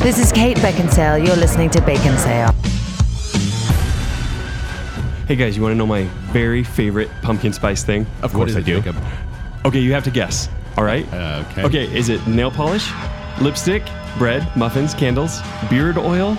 This is Kate Beckinsale. You're listening to Bacon Sale. Hey guys, you want to know my very favorite pumpkin spice thing? Of course is I it, do. Jacob? Okay, you have to guess. All right. Uh, okay. Okay, is it nail polish, lipstick, bread, muffins, candles, beard oil,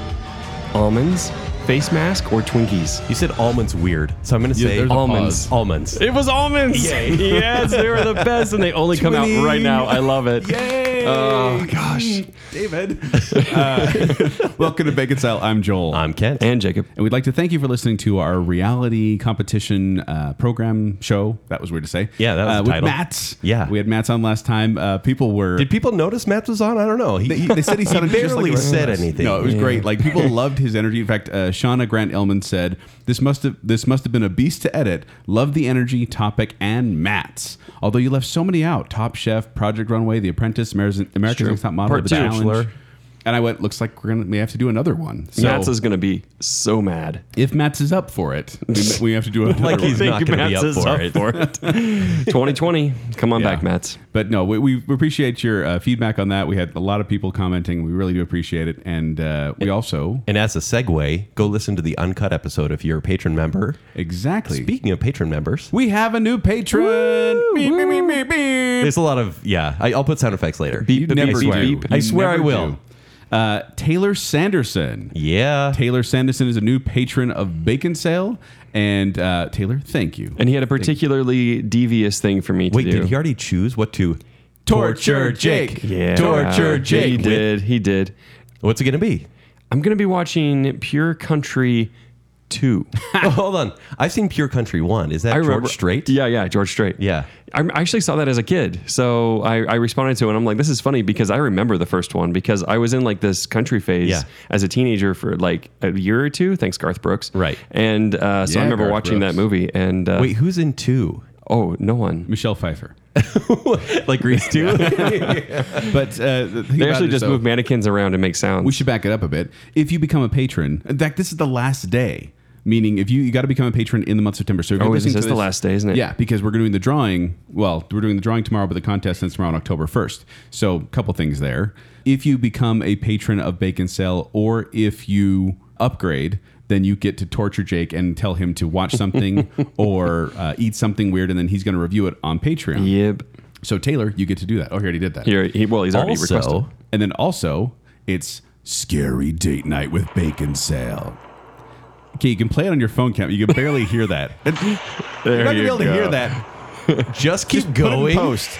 almonds, face mask, or Twinkies? You said almonds weird, so I'm gonna Yeah, say there's a almonds. pause. almonds. It was almonds. yes, they were the best, and they only come out right now. I love it. Yay! Oh gosh. David. Uh, welcome to Bacon Style. I'm Joel. I'm Kent. And Jacob. and we'd like to thank you for listening to our reality competition uh, program show. That was weird to say. Yeah, that was uh, the with title. Matt. Yeah. we had Matt on last time. Uh, people were Did people notice Matt was on? I don't know. He, They, they said he sounded barely just like everyone said else. anything. No, it was great. Like people loved his energy. In fact, uh, Shauna Grant Elman said this must have this must have been a beast to edit. Love the energy, topic, and Matt's. Although you left so many out: Top Chef, Project Runway, The Apprentice, America's, America's true. Next Top Model, Part The two. Challenge. Bachelor. And I went. Looks like we're gonna we have to do another one. So Matt's is gonna be so mad. if Matt's is up for it, we, we have to do another Like one. he's not gonna be Matt's up is for up for it. it. 2020, come on Yeah. back, Matt's. But no, we, we appreciate your uh, feedback on that. We had a lot of people commenting. We really do appreciate it, and uh, we also and as a segue, go listen to the uncut episode if you're a patron member. exactly Speaking of patron members, We have a new patron. Beep, beep, beep, beep, beep. there's a lot of yeah. I, I'll put sound effects later. Beep, You beep, beep, never do. beep, You beep. I swear never I will. do. Uh, Taylor Sanderson. Yeah. Taylor Sanderson is a new patron of Bacon Sale. And uh, Taylor, thank you. And he had a particularly devious thing for me to Wait, do. did he already choose what to Yeah. Torture Jake. He with- did. He did. What's it gonna be? I'm going to be watching Pure Country 2. oh, hold on. I've seen Pure Country One. Is that I George remember- Strait? Yeah, yeah, George Strait. Yeah. I I actually saw that as a kid. So I, I responded to it and I'm like, this is funny because I remember the first one because I was in like this country phase Yeah. as a teenager for like a year or two. Thanks, Garth Brooks. Right. And uh, so Yeah, I remember Garth watching Brooks. that movie and uh, Wait, who's in two? oh, no one. Michelle Pfeiffer. like Grease two? But uh, the thing They about actually it just is, though, move mannequins around and make sounds. We should back it up a bit. If you become a patron, in fact, this is the last day. Meaning, if you you got to become a patron in the month of September. So if you're Oh, is- listening is to this the last day, isn't it? Yeah, because we're doing the drawing. Well, we're doing the drawing tomorrow, but the contest ends tomorrow on October first. So, a couple things there. If you become a patron of Bacon Cell, or if you upgrade, then you get to torture Jake and tell him to watch something or uh, eat something weird, and then he's going to review it on Patreon. Yep. So, Taylor, you get to do that. Oh, he already did that. Here, he, well, he's already requested. also, And then also, it's scary date night with bacon sale. Okay, you can play it on your phone cam. You can barely hear that. And You're not gonna be you able to hear go. that. just keep Put it in going. post.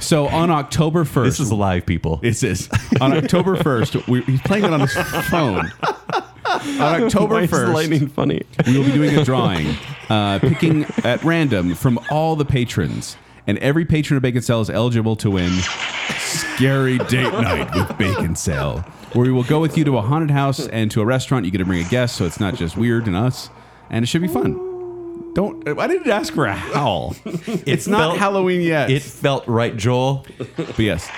so on October first, This is live, people. this is on October first. We, he's playing it on his phone. On Why October is first, lightning funny? we will be doing a drawing, uh, picking at random from all the patrons, and every patron of Bacon Cell is eligible to win Scary Date Night with Bacon Cell, where we will go with you to a haunted house and to a restaurant. You get to bring a guest, so it's not just weird and us, and it should be fun. Don't. I didn't ask for a howl. It's not felt- Halloween yet. It felt right, Joel. But yes.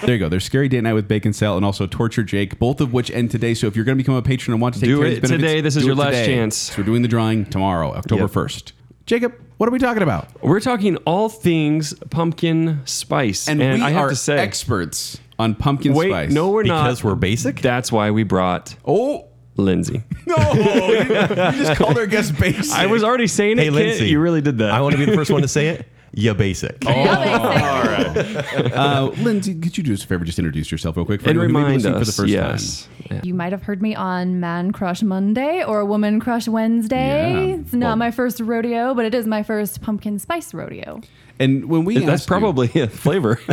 there you go. There's Scary Date Night with Bacon Sale and also Torture Jake, both of which end today. So if you're going to become a patron and want to take Do care of it these benefits, today. This is do your it last today. chance. So we're doing the drawing tomorrow, October Yep. 1st. Jacob, what are we talking about? We're talking all things pumpkin spice, and, we I have are to say, experts on pumpkin wait, spice. no, we're not Because we're basic? That's why we brought Oh, Lindsay. no. you, you just called our guest basic. I was already saying Hey, it. Kit, Lindsay. you really did that. I want to be the first one to say it. Yeah, basic. Uh, Lindsay, could you do us a favor? Just introduce yourself real quick for and anyone who may be remind listening us. for the first time. yes. Yeah. You might have heard me on Man Crush Monday or Woman Crush Wednesday. Yeah. It's not my first rodeo, but it is my first pumpkin spice rodeo. And when we That's asked you- probably a flavor.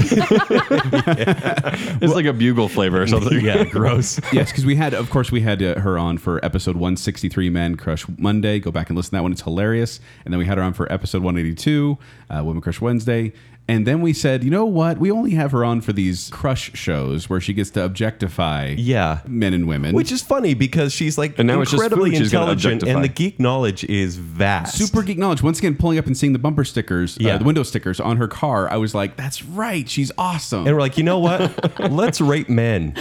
It's like a bugle flavor or something. yeah, gross. yes, because we had, of course, we had uh, her on for episode 163, Man Crush Monday. Go back and listen to that one; it's hilarious. And then we had her on for episode 182, uh, Women Crush Wednesday. And then we said, you know what? We only have her on for these crush shows where she gets to objectify Yeah. men and women, Which is funny because she's like And now it's just incredibly food she's gonna intelligent objectify. and the geek knowledge is vast. super geek knowledge. Once again, pulling up and seeing the bumper stickers, uh, Yeah. the window stickers on her car, I was like, that's right, she's awesome. And we're like, you know what? Let's rate men.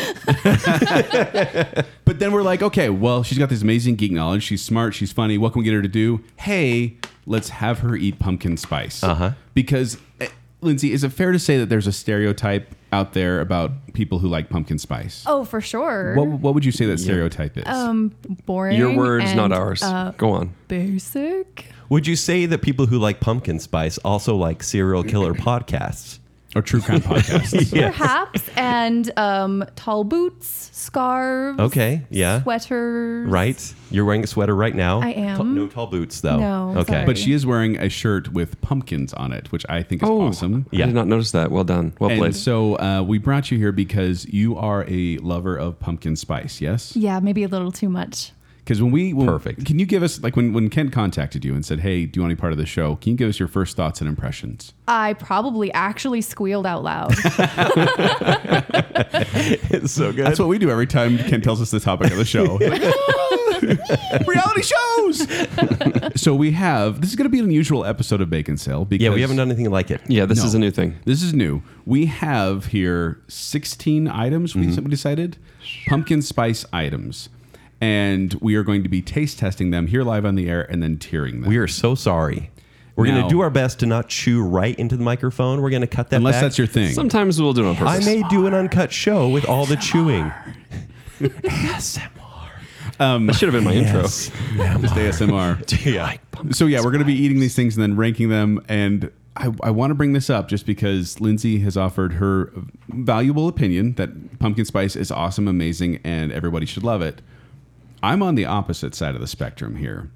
But then we're like, okay, well, she's got this amazing geek knowledge. She's smart. She's funny. What can we get her to do? Hey, let's have her eat pumpkin spice. Uh huh. Because eh, Lindsay, is it fair to say that there's a stereotype out there about people who like pumpkin spice? Oh, for sure. What, what would you say that stereotype is? um, boring. Your words, and, not ours. Uh, Go on. basic. Would you say that people who like pumpkin spice also like serial killer podcasts? or true crime podcasts? Perhaps and um, tall boots, scarves. Okay, Oh, yeah. Sweaters. Right? You're wearing a sweater right now. I Ta- am. no tall boots though. No, Okay. sorry. but she is wearing a shirt with pumpkins on it, which I think is awesome. Oh. Yeah. I Yeah. did not notice that. Well done. Well And played. so uh, we brought you here because you are a lover of pumpkin spice, yes? Yeah, maybe a little too much. Because when we when- Perfect. can you give us like when when Ken contacted you and said, "Hey, do you want to be part of the show?" Can you give us your first thoughts and impressions? I probably actually squealed out loud. it's so good. That's what we do every time Ken tells us the topic of the show. "Ah, Reality shows. so we have this is going to be an unusual episode of Bacon Sale because yeah, we haven't done anything like it. yeah, this No. is a new thing. This is new. We have here 16 items Mm-hmm. we we decided pumpkin spice items. And we are going to be taste testing them here live on the air and then tearing them. We are so sorry. We're No. gonna do our best to not chew right into the microphone. We're gonna cut that Unless back. that's your thing. Sometimes we'll do it on I purpose. may do an uncut show with all the chewing. that Um, should have been my intro. Just ASMR. yeah. So yeah, we're going to be eating these things and then ranking them. And I, I want to bring this up just because Lindsay has offered her valuable opinion that pumpkin spice is awesome, amazing, and everybody should love it. I'm on the opposite side of the spectrum here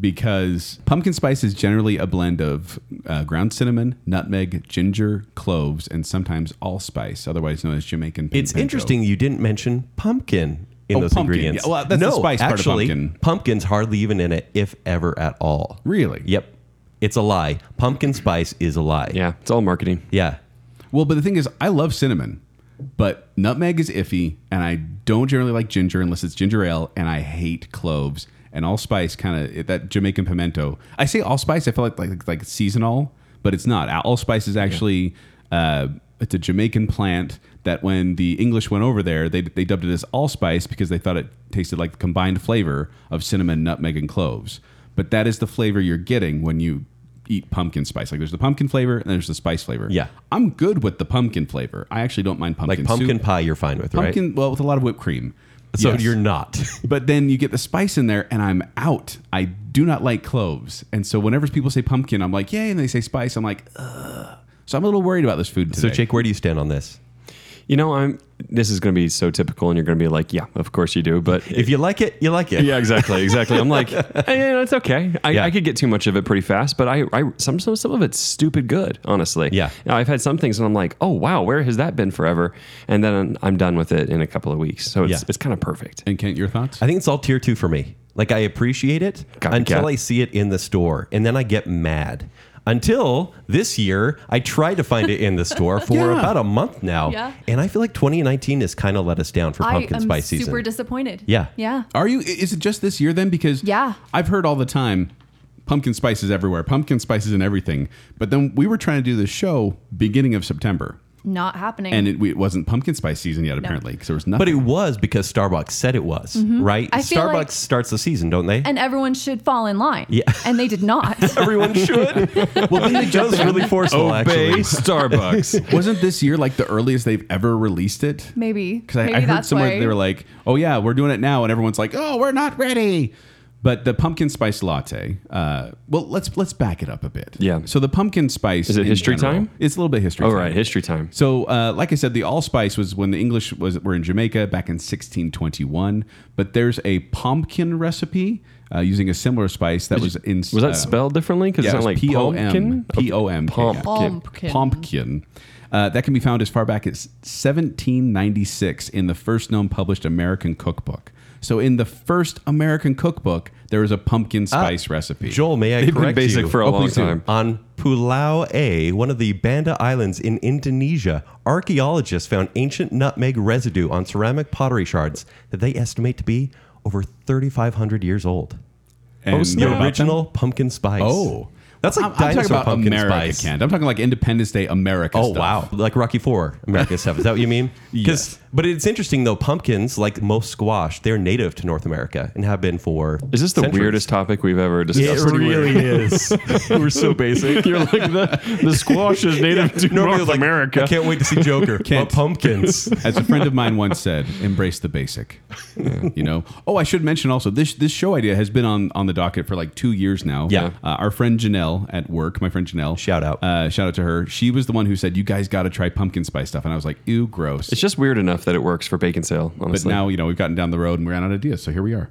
because pumpkin spice is generally a blend of uh, ground cinnamon, nutmeg, ginger, cloves, and sometimes allspice, otherwise known as Jamaican. pimento. It's interesting you didn't mention pumpkin in Oh, those pumpkin. ingredients. Yeah, well, that's the no, spice part of actually, pumpkin. pumpkin's hardly even in it, if ever at all. Really? Yep. It's a lie. Pumpkin spice is a lie. Yeah, it's all marketing. Yeah. Well, but the thing is, I love cinnamon, but nutmeg is iffy, and I don't generally like ginger unless it's ginger ale, and I hate cloves and allspice. Kind of that Jamaican pimento. I say allspice. I feel like like like it's seasonal, but it's not. All- Allspice is actually uh, it's a Jamaican plant that when the English went over there, they they dubbed it as allspice because they thought it tasted like the combined flavor of cinnamon, nutmeg, and cloves. But that is the flavor you're getting when you eat pumpkin spice. Like there's the pumpkin flavor and there's the spice flavor. Yeah. I'm good with the pumpkin flavor. I actually don't mind Like pumpkin. pumpkin soup. pie, you're fine with, right? pumpkin. Well, with a lot of whipped cream. So Yes. you're not. But then you get the spice in there, and I'm out. I do not like cloves, and so whenever people say pumpkin, I'm like, yay, and they say spice, I'm like, ugh. So I'm a little worried about this food so today. Jake, where do you stand on this? You know, I'm. This is going to be so typical, and you're going to be like, "Yeah, of course you do." But If you like it, you like it. yeah, exactly, exactly. I'm like, eh, you know, it's okay. I, Yeah. I could get too much of it pretty fast, but I, I some, some, some of it's stupid good, honestly. Yeah. Now, I've had some things, and I'm like, oh wow, where has that been forever? And then I'm done with it in a couple of weeks, so it's Yeah. it's kind of perfect. and Kent, your thoughts? I think it's all tier two for me. Like I appreciate it Copycat. until I see it in the store, and then I get mad. Until this year, I tried to find it in the store for Yeah. about a month now, Yeah. and I feel like 2019 has kind of let us down for I pumpkin am spice super season. disappointed. Yeah. Yeah. Are you? i- Is it just this year then? Because Yeah. I've heard all the time, pumpkin spice is everywhere. Pumpkin spice is in everything. But then we were trying to do this show beginning of September, Not happening. and it, we, it wasn't pumpkin spice season yet apparently because there was nothing. but it was because Starbucks said it was right. Mm-hmm. I feel Starbucks like- starts the season, don't they? and everyone should fall in line. Yeah. And they did not. Everyone should. well, then it does really forceful. actually, Starbucks. wasn't this year like the earliest they've ever released it? Maybe. Because I, Maybe I heard that's somewhere why. they were like, "Oh yeah, we're doing it now," and everyone's like, "Oh, we're not ready." But the pumpkin spice latte. Uh, well, let's let's back it up a bit. Yeah. So the pumpkin spice Is it in history general- time? It's a little bit history. All time. right, history time. So, uh, like I said, the allspice was when the English was were in Jamaica back in 1621. But there's a pumpkin recipe uh, using a similar spice that was in Was that uh, spelled differently? Because yeah, it's it not was like pumpkin. P-O-M, P-O-M-K-N. Pumpkin. Pumpkin. Pumpkin. Uh, that can be found as far back as 1796 in the first known published American cookbook. So, in the first American cookbook, there is a pumpkin spice recipe. Ah, Joel, may I They've been correct basic you? for a Oh, long please do. time. On Pulau A, one of the Banda Islands in Indonesia, archaeologists found ancient nutmeg residue on ceramic pottery shards that they estimate to be over 3,500 years old. And It's the Oh, what about them? original pumpkin spice. Oh, That's like I'm, I'm dinosaur talking about pumpkin America, spice. Kent. I'm talking like Independence Day America. Oh stuff. wow, like Rocky Four America stuff. Is that what you mean? Yes. 'Cause- But it's interesting though. Pumpkins, like most squash, they're native to North America and have been for. Is this the centuries. weirdest topic we've ever Yeah, discussed? it really is. We're so basic. You're like the, the squash is native to Normally, North like, America. I can't wait to see Joker. but Kent. pumpkins. As a friend of mine once said, embrace the basic. You know. Oh, I should mention also this this show idea has been on on the docket for like two years now. Yeah. Uh, our friend Janelle at work, my friend Janelle. Shout out. Uh, shout out to her. She was the one who said you guys got to try pumpkin spice stuff, and I was like, ew, gross. It's just weird enough that it works for bacon sale. but Honestly, now you know we've gotten down the road and we ran out of ideas, so here we are.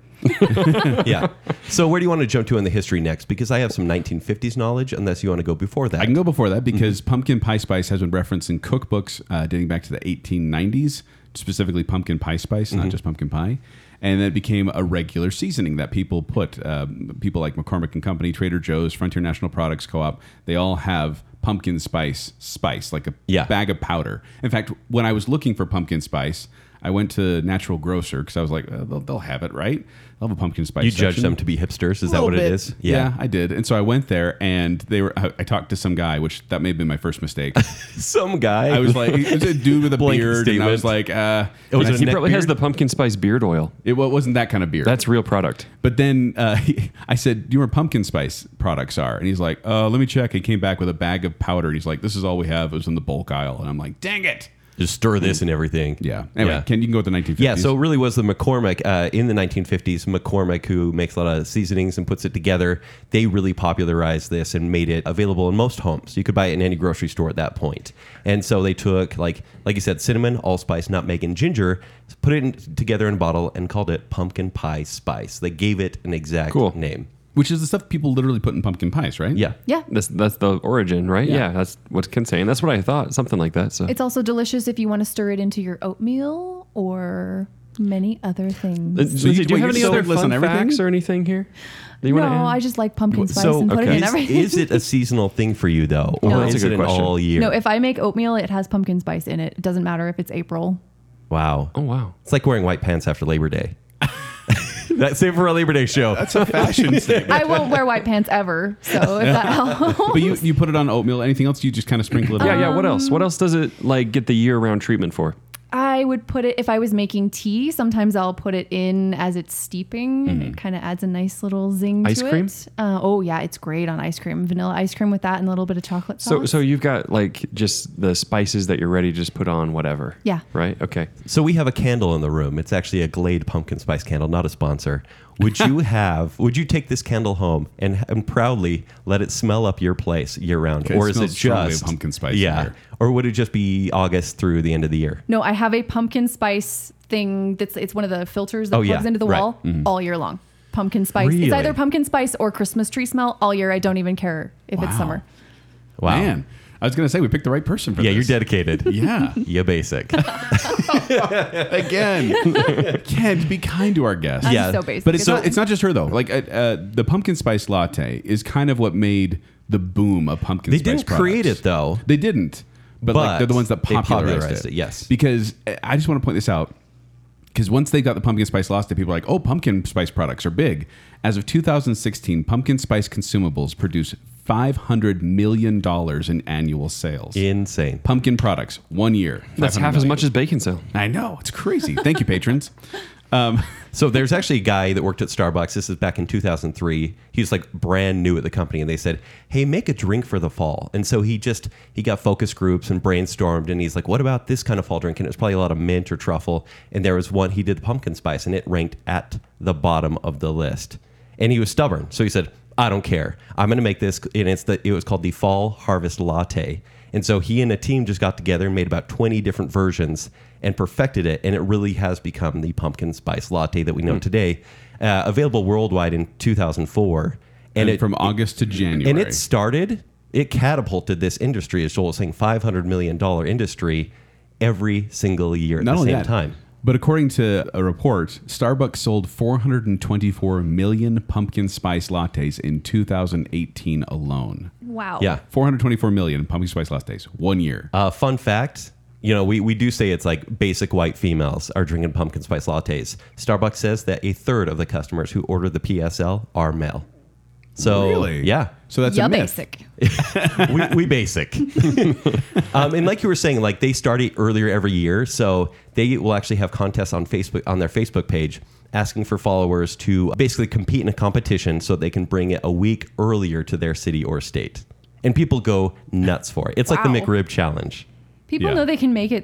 yeah. So where do you want to jump to in the history next? Because I have some 1950s knowledge, unless you want to go before that. I can go before that because pumpkin pie spice has been referenced in cookbooks uh, dating back to the 1890s, specifically pumpkin pie spice, Mm-hmm. not just pumpkin pie. And then it became a regular seasoning that people put, um, people like McCormick and Company, Trader Joe's, Frontier National Products Co op, they all have pumpkin spice spice, like a Yeah. bag of powder. In fact, when I was looking for pumpkin spice, I went to Natural Grocer because I was like, uh, they'll, they'll have it, right? They'll have a pumpkin spice. you judge section. them to be hipsters. Is that what it is? Yeah. I did. And so I went there, and they were. I, I talked to some guy, which that may have been my first mistake. Some guy. I was like, it was a dude with a Blanket beard, and I was like, uh, it, was was a he neck probably has beard? the pumpkin spice beard oil. it wa- wasn't that kind of beard. That's real product. but then uh, I said, "Do you know where pumpkin spice products are?" And he's like, "Uh, let me check." He came back with a bag of powder, and he's like, "This is all we have. It was in the bulk aisle." And I'm like, "Dang it!" just stir this and everything. Yeah. Anyway, Ken, you can go with the 1950s. Yeah, so it really was the McCormick uh, in the 1950s. McCormick, who makes a lot of seasonings and puts it together, they really popularized this and made it available in most homes. You could buy it in any grocery store at that point. And so they took, like, like you said, cinnamon, allspice, nutmeg, and ginger, put it in, together in a bottle, and called it pumpkin pie spice. They gave it an exact Cool. name. which is the stuff people literally put in pumpkin pies, right? Yeah. Yeah. That's that's the origin, right? Yeah. Yeah, that's what's contained. That's what I thought. Something like that. So It's also delicious if you want to stir it into your oatmeal or many other things. Lindsay, you- do wait, Uh, you have you're any so other clueless fun on everything? facts or anything here? Do you no, wanna add? I just like pumpkin spice So and put it in okay. everything. is, is it a seasonal thing for you, though? Or No. is That's a good it an question. all year? no, if I make oatmeal, it has pumpkin spice in it. It doesn't matter if it's April. wow. Oh wow. It's like wearing white pants after Labor Day. That's it for our Labor Day show. Fashion statement. I won't wear white pants ever, so if that helps. But you, you put it on oatmeal. Anything else? You just kind of sprinkle it. Yeah, on? yeah. What else? Um, What else does it like get the year-round treatment for? I would put it if I was making tea. Sometimes I'll put it in as it's steeping. and It kind of adds a nice little zing. Ice to cream? It. Uh, oh yeah, it's great on ice cream. Vanilla ice cream with that and a little bit of chocolate So, sauce. so you've got like just the spices that you're ready to just put on whatever. Yeah. Right. Okay. So we have a candle in the room. It's actually a Glade pumpkin spice candle, not a sponsor. Would you have? Would you take this candle home and, and proudly let it smell up your place year round, Okay, it or is it smells strongly of just pumpkin spice in Yeah, here. or would it just be August through the end of the year? no, I have a pumpkin spice thing. That's it's one of the filters that Oh, yeah, plugs into the right. wall all year long. Pumpkin spice. Really? It's either pumpkin spice or Christmas tree smell all year. I don't even care if Wow. it's summer. Wow. Man, I was gonna say we picked the right person for Yeah, you're this. dedicated. Yeah. you basic. Again, Ken, be kind to our guests. I'm Yeah, so basic. But it's, so, not- it's not just her though. Like uh, uh, the pumpkin spice latte is kind of what made the boom of pumpkin. They spice didn't create products. it, though. They didn't. But, But like, they're the ones that they popularized, popularized it, yes. Because uh, I just want to point this out. Because once they got the pumpkin spice latte, people are like, "Oh, pumpkin spice products are big." As of 2016, pumpkin spice consumables produce 500 million dollars in annual sales. Insane. Pumpkin products, one year. That's 500 half as million. much as bacon sale. I know it's crazy. Thank you, patrons. Um, So there's actually a guy that worked at Starbucks. This is back in 2003. He was like brand new at the company, and they said, "Hey, make a drink for the fall." And so he just he got focus groups and brainstormed, and he's like, "What about this kind of fall drink?" And it was probably a lot of mint or truffle. And there was one he did pumpkin spice, and it ranked at the bottom of the list. And he was stubborn, so he said, "I don't care. I'm going to make this." And it's the it was called the Fall Harvest Latte. And so he and a team just got together and made about 20 different versions and perfected it. And it really has become the pumpkin spice latte that we Hmm. know today, uh, available worldwide in 2004. and And, it, from August to January. and it started, it catapulted this industry, as Joel was saying, $500 million industry every single year at the same time. But according to a report, Starbucks sold 424 million pumpkin spice lattes in 2018 alone. wow. Yeah. 424 million pumpkin spice lattes, one year. Uh, fun fact. You know, we, we do say it's like basic white females are drinking pumpkin spice lattes. Starbucks says that a third of the customers who order the PSL are male. So, Really? yeah. So that's yeah, a myth. basic. we, we basic. um, and like you were saying, like they start it earlier every year, so they will actually have contests on Facebook on their Facebook page, asking for followers to basically compete in a competition so they can bring it a week earlier to their city or state. And people go nuts for it. It's like the Wow. McRib challenge. People Yeah. know they can make it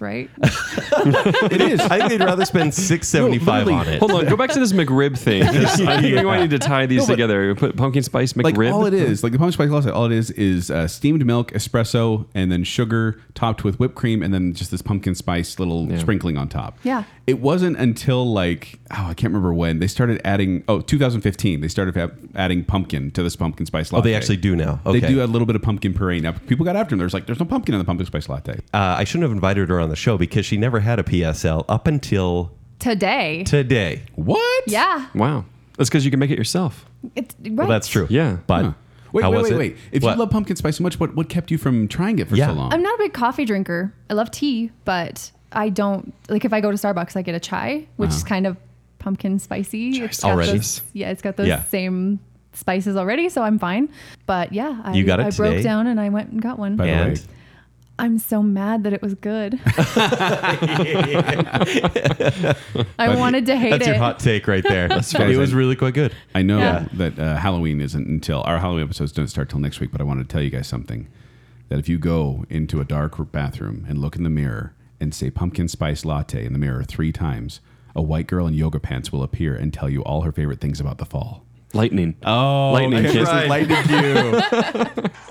right? It is. I think they'd rather spend six seventy five literally. on it. Hold on, go back to this McRib thing. Just- I think we might need to tie these No, but- together. Put pumpkin spice McRib. like all it is, like the pumpkin spice latte, all it is is uh, steamed milk, espresso, and then sugar topped with whipped cream, and then just this pumpkin spice little sprinkling on top. Yeah. It wasn't until like oh I can't remember when they started adding oh 2015 they started ha- adding pumpkin to this pumpkin spice latte. Oh, they actually do now. They Okay. do a little bit of pumpkin puree now. People got after them. There's like there's no pumpkin in the pumpkin spice latte. Uh, I shouldn't have invited her on the show because she never had a PSL up until Today. today. What? yeah. Wow, that's because you can make it yourself. It's, right. Well, that's true. Yeah. but Huh. Wait, how wait, was wait, it? wait. If What? you love pumpkin spice so much, what, what kept you from trying it for Yeah. so long? I'm not a big coffee drinker. I love tea, but I don't like if I go to Starbucks, I get a chai, which Uh-huh. is kind of pumpkin spicy. It's got Already? Those, yeah, it's got those Yeah. same spices already, so I'm fine. But yeah, I, You got it I today? broke down and I went and got one. By And- the way, I'm so mad that it was good. I wanted to hate That's it. your hot take right there. it was really quite good. I know Yeah. that uh, Halloween isn't until our Halloween episodes don't start till next week, but I wanted to tell you guys something. That if you go into a dark bathroom and look in the mirror and say pumpkin spice latte in the mirror three times, a white girl in yoga pants will appear and tell you all her favorite things about the fall. Lightning. Oh, lightning okay. kiss. Right. you.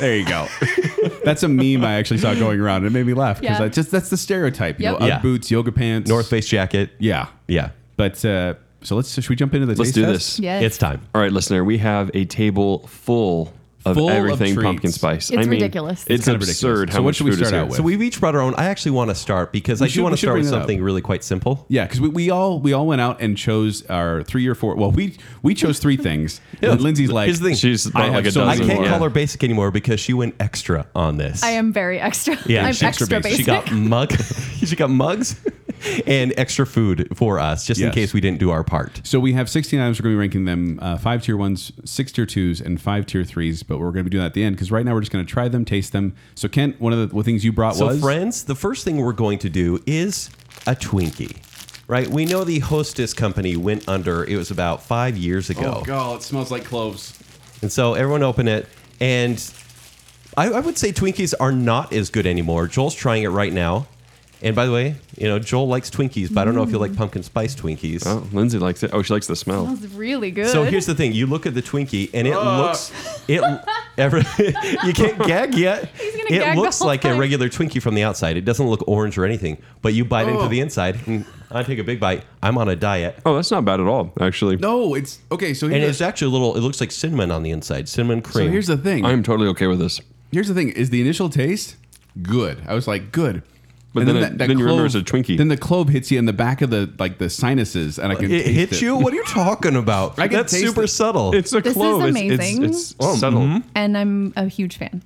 There you go. that's a meme I actually saw going around. And it made me laugh because Yeah. just that's the stereotype. You Yep. know, Ugg Yeah. boots, yoga pants, North Face jacket. Yeah, Yeah. But uh, so let's should we jump into the Let's taste do test? this. Yes. It's time. All right, listener, we have a table full of Full of everything treats. pumpkin spice. It's ridiculous. It's, It's kind of ridiculous. absurd. How So what much should we food is start out here. with? So we've each brought our own. I actually want to start because I should- do we want to should start bring with that up. something really quite simple. Yeah, because we, we all we all went out and chose our three or four. Well, we we chose three things. and Lindsay's like, Here's the thing. She's I brought have like a so dozen. I can't Yeah. call her basic anymore because she went extra on this. I am very extra. Yeah, I'm she's extra, extra basic. basic. She got mug. she got mugs and extra food for us just in Yes. case we didn't do our part. So we have 16 items. We're going to be ranking them uh, five tier ones, six tier twos, and five tier threes. But we're going to be doing that at the end because right now we're just going to try them, taste them. So Kent, one of the things you brought So, was friends, the first thing we're going to do is a Twinkie. Right? We know the Hostess company went under. It was about five years ago. Oh god, it smells like cloves. And so everyone open it. And I, I would say Twinkies are not as good anymore. Joel's trying it right now. And by the way, you know, Joel likes Twinkies, but I don't know if you Mm. like pumpkin spice Twinkies. Oh, Lindsay likes it. Oh, she likes the smell. Smells really good. So here's the thing: you look at the Twinkie, and it looks it. Ever, you can't gag yet. gonna it gag the looks whole like a time. regular Twinkie from the outside. It doesn't look orange or anything, but you bite into the inside. And I take a big bite. I'm on a diet, Oh, that's not bad at all, actually. No, it's okay. So and here's, it's actually a little. It looks like cinnamon on the inside, cinnamon cream. so here's the thing. I am totally okay with this. here's the thing: is the initial taste good? I was like, good. But then it- then you remember it's a Twinkie. Then the clove hits you in the back of the like the sinuses, and I can it taste hits you. What are you talking about? I can That's taste super it. subtle. It's a This is clove. It's- amazing. It's, it's subtle. and I'm a huge fan.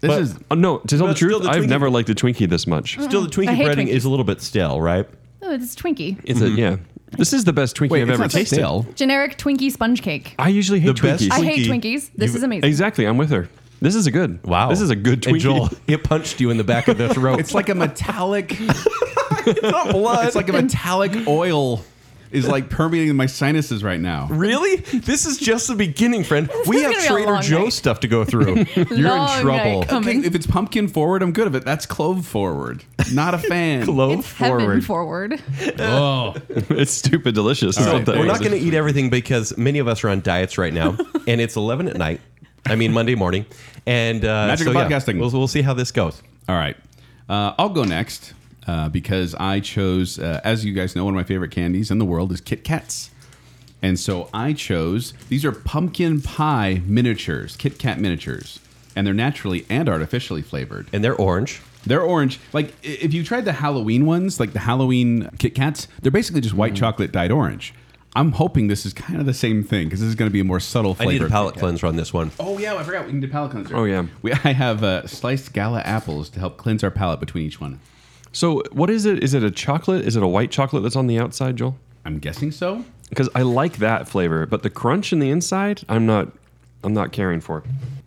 This But- is Oh, mm-hmm. no, to tell the But still truth, the I've Twinkie- never liked a Twinkie this much. still the I Twinkie hate breading Twinkies. is a little bit stale, right? Oh, it's Twinkie. It's a, yeah. This is the best Twinkie I've Mm-hmm. it's ever not tasted. stale. Generic Twinkie sponge cake. I usually hate The best Twinkies. I hate Twinkie. Twinkies. This You've- is amazing. exactly. I'm with her. This is a good. Wow, This is a good Twinkie. And Joel, it punched you in the back of the throat. It's like a metallic. it's not blood. like a metallic oil is like permeating my sinuses right now. Really? This is just the beginning, friend. we is have gonna be a Trader long Joe night. stuff to go through. You're in Long trouble. night coming. Okay, if it's pumpkin forward, I'm good. If it that's clove forward, not a fan. Glow It's heaven forward. forward. Oh, it's stupid delicious. is All what right, that We're is. not going to eat everything because many of us are on diets right now, and it's 11 at night. I mean Monday morning, and uh, Magic so of yeah, podcasting. we'll, we'll see how this goes. all right. Uh, I'll go next uh, because I chose, uh, as you guys know, one of my favorite candies in the world is Kit Kats. And so I chose these are pumpkin pie miniatures, Kit Kat miniatures, and they're naturally and artificially flavored. And they're orange. They're orange. Like i- if you tried the Halloween ones, like the Halloween Kit Kats, they're basically just Mm-hmm. white chocolate dyed orange. I'm hoping this is kind of the same thing because this is going to be a more subtle I flavor. need a of Kit palate Kat. cleanser on this one. Oh yeah, I forgot we need a palate cleanser. Oh, yeah. we, I have uh, sliced gala apples to help cleanse our palate between each one. So, what is it? Is it a chocolate? Is it a white chocolate that's on the outside, Joel? I'm guessing so. Because I like that flavor, but the crunch in the inside, I'm not. I'm not caring for.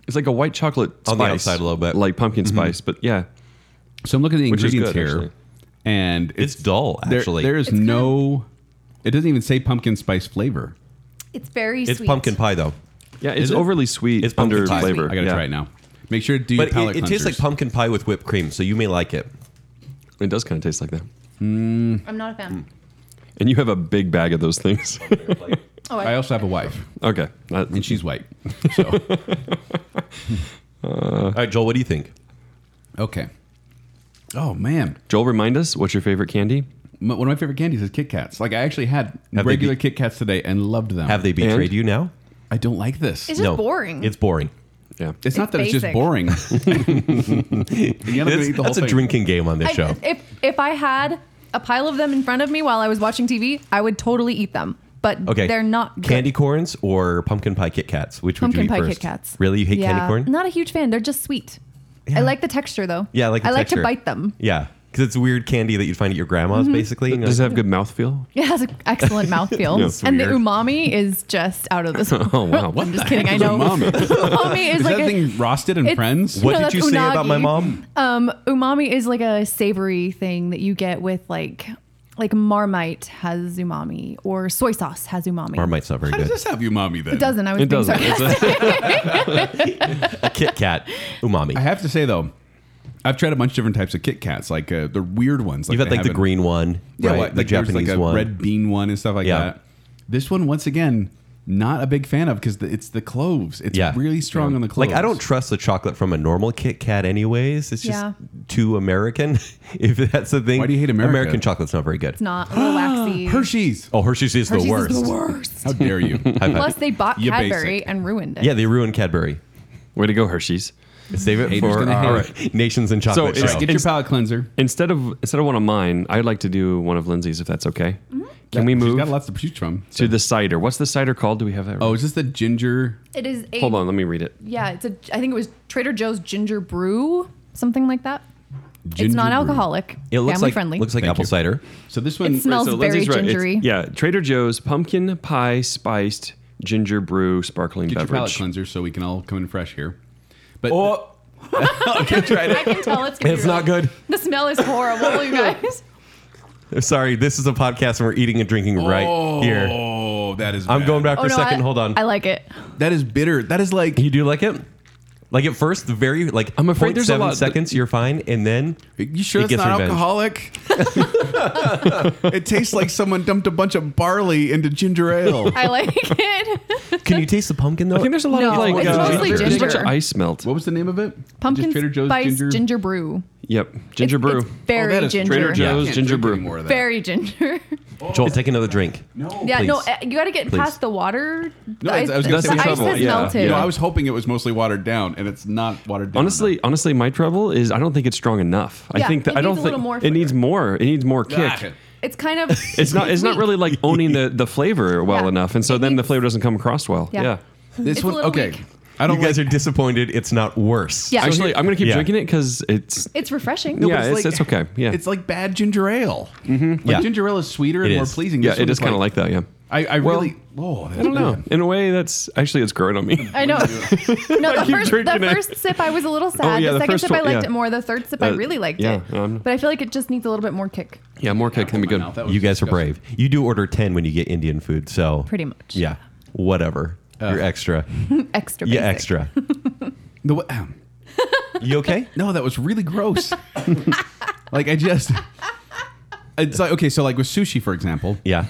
It's like a white chocolate On the spice, outside a little bit. Mm-hmm. like pumpkin spice. But yeah, So I'm looking at the Which is ingredients good, here, actually. and It's dull, there- actually. there is It's no. It doesn't even say pumpkin spice flavor. It's very it's sweet. pumpkin pie though. yeah, it's Is it? overly sweet It's pumpkin under pie. flavor. I gotta yeah. try it now. Make sure to do your But palate it, it tastes like cleansers. pumpkin pie with whipped cream, so you may like it. It does kind of taste like that. I'm not a Mm. fan. And you have a big bag of those things. Oh, I also have a wife, okay, uh, that- and she's white. So All right, Joel, what do you think? okay. Oh man, Joel, remind us what's your favorite candy? M- one of my favorite candies is Kit Kats. Like I actually had Have they regular be- Kit Kats today and loved them. Have they betrayed And? you now? I don't like this. It's It's, just boring. It's boring. Yeah, not that it's just basic. boring. you gotta That's, eat the whole that's a thing. drinking game on this I- show. If if I had a pile of them in front of me while I was watching TV, I would totally eat them. But Okay, they're not good. candy corns or pumpkin pie Kit Kats. Which would pumpkin you eat pie first? Kit Kats. Really, you hate yeah. candy corn? Not a huge fan. They're just sweet. I like the texture though. Yeah, I like. The I like texture. to bite them. Yeah, because it's weird candy that you'd find at your grandma's, Mm-hmm. basically. and you're does it like, have good mouthfeel? It has an excellent mouthfeel, That's and the weird. umami is just out of this world. Oh, wow. I'm just kidding. I know Mommy. Is umami that is, like a, thing roasted and it's- friends? No, what did that's you say about my unagi. mom? um umami is like a savory thing that you get with like like Marmite has umami or soy sauce has umami. Marmite's not very How does good. this have umami then? It doesn't. I was It being doesn't. sarcastic. It's a- A Kit Kat umami. I have to say though, I've tried a bunch of different types of Kit Kats, like uh, the weird ones. You've they had like have the in- green one, yeah, right? like, the like there's, Japanese like a one. red bean one, and stuff like Yeah. that. This one, once again, not a big fan of because it's the cloves. It's Yeah. really strong on the cloves. like I don't trust the chocolate from a normal Kit Kat, anyways. It's just Yeah. too American. if that's the thing, Why do you hate America? American chocolate's not very good. It's not a little waxy. Hershey's. Oh, Hershey's is Hershey's the worst. is the worst. How dare you? High five. Plus, they bought You Cadbury basic. and ruined it. yeah, they ruined Cadbury. Way to go, Hershey's. Save it Haters for gonna hate. our nations and chocolate it's- show. Get your palate cleanser. Instead of instead of one of mine, I'd like to do one of Lindsay's if that's okay. Mm-hmm. Can we She's move got lots to choose from. to the cider? What's the cider called? Do we have that? Oh, is this the ginger? It is a Hold on, let me read it. Yeah, it's a. I think it was Trader Joe's ginger brew, something like that. Ginger it's brew. non-alcoholic. it looks family like friendly. looks like Thank apple you. cider. So this one. It smells very Lindsay's right. It's- gingery. Yeah, Trader Joe's pumpkin pie spiced ginger brew sparkling Get your palate beverage. cleanser so we can all come in fresh here. But Oh, I can tell it's. Gonna it's be not really- good. The smell is horrible, you guys. Sorry, this is a podcast and we're eating and drinking right here. Oh, that is. I'm bad. going back for a second. I, Hold on. I like it. That is bitter. That is like. you do like it? Like at first, the very like I'm afraid there's a 0.7 lot- seconds. You're fine, and then You sure It it's gets not revenge. alcoholic? it tastes like someone dumped a bunch of barley into ginger ale. I like it. can you taste the pumpkin though? I think there's a lot of No, like it's uh, mostly there's a bunch of ginger. ice melt. What was the name of it? Pumpkin Just Trader Joe's spice ginger. ginger, brew. Yep, ginger It's- brew. It's very Oh, that is ginger. Trader Yeah, I Joe's can't ginger drink brew. any more of that. Very ginger. Joel, take another drink. yeah, no, Please. uh, you got to get Please. past the water. The No, I, ice- I was going That's to say the the ice trouble, has yeah, melted. You know, I was hoping it was mostly watered down, and it's not watered down. Honestly, honestly, my trouble is I don't think it's strong enough. I Yeah, think that it I don't needs a little think more it needs flavor. more. It needs more kick. Ah. it's kind of. It's not. It's not sweet. really like owning the, the flavor well Yeah. enough, and so It then the needs- flavor doesn't come across well. Yeah. Yeah. this it's a one. little okay, weak. I don't You guys like. are disappointed. It's not worse. Yeah. Actually, I'm gonna keep Yeah. drinking it because it's It's refreshing. yeah, it's it's, like- it's okay. Yeah, It's like bad ginger ale. Like Yeah. ginger ale is sweeter and It more is. pleasing. yeah, This it one is kind of like that. Yeah, I, I Well, really. Oh, I don't know. In a way, that's actually it's growing on me. I know. no, the first, the drinking it. first sip I was a little sad. yeah, the the second first sip one, I liked yeah. it more. The third sip I Uh, really liked yeah, it. um, but I feel like it just needs a little bit more kick. Yeah, more kick can be good. You guys are brave. You do order 10 when you get Indian food, so Pretty much. Yeah. Whatever. You're extra. Extra. Yeah, Basic. extra. The, wa- um, You okay? No, that was really gross. like I just It's like okay, so like with sushi for example, Yeah.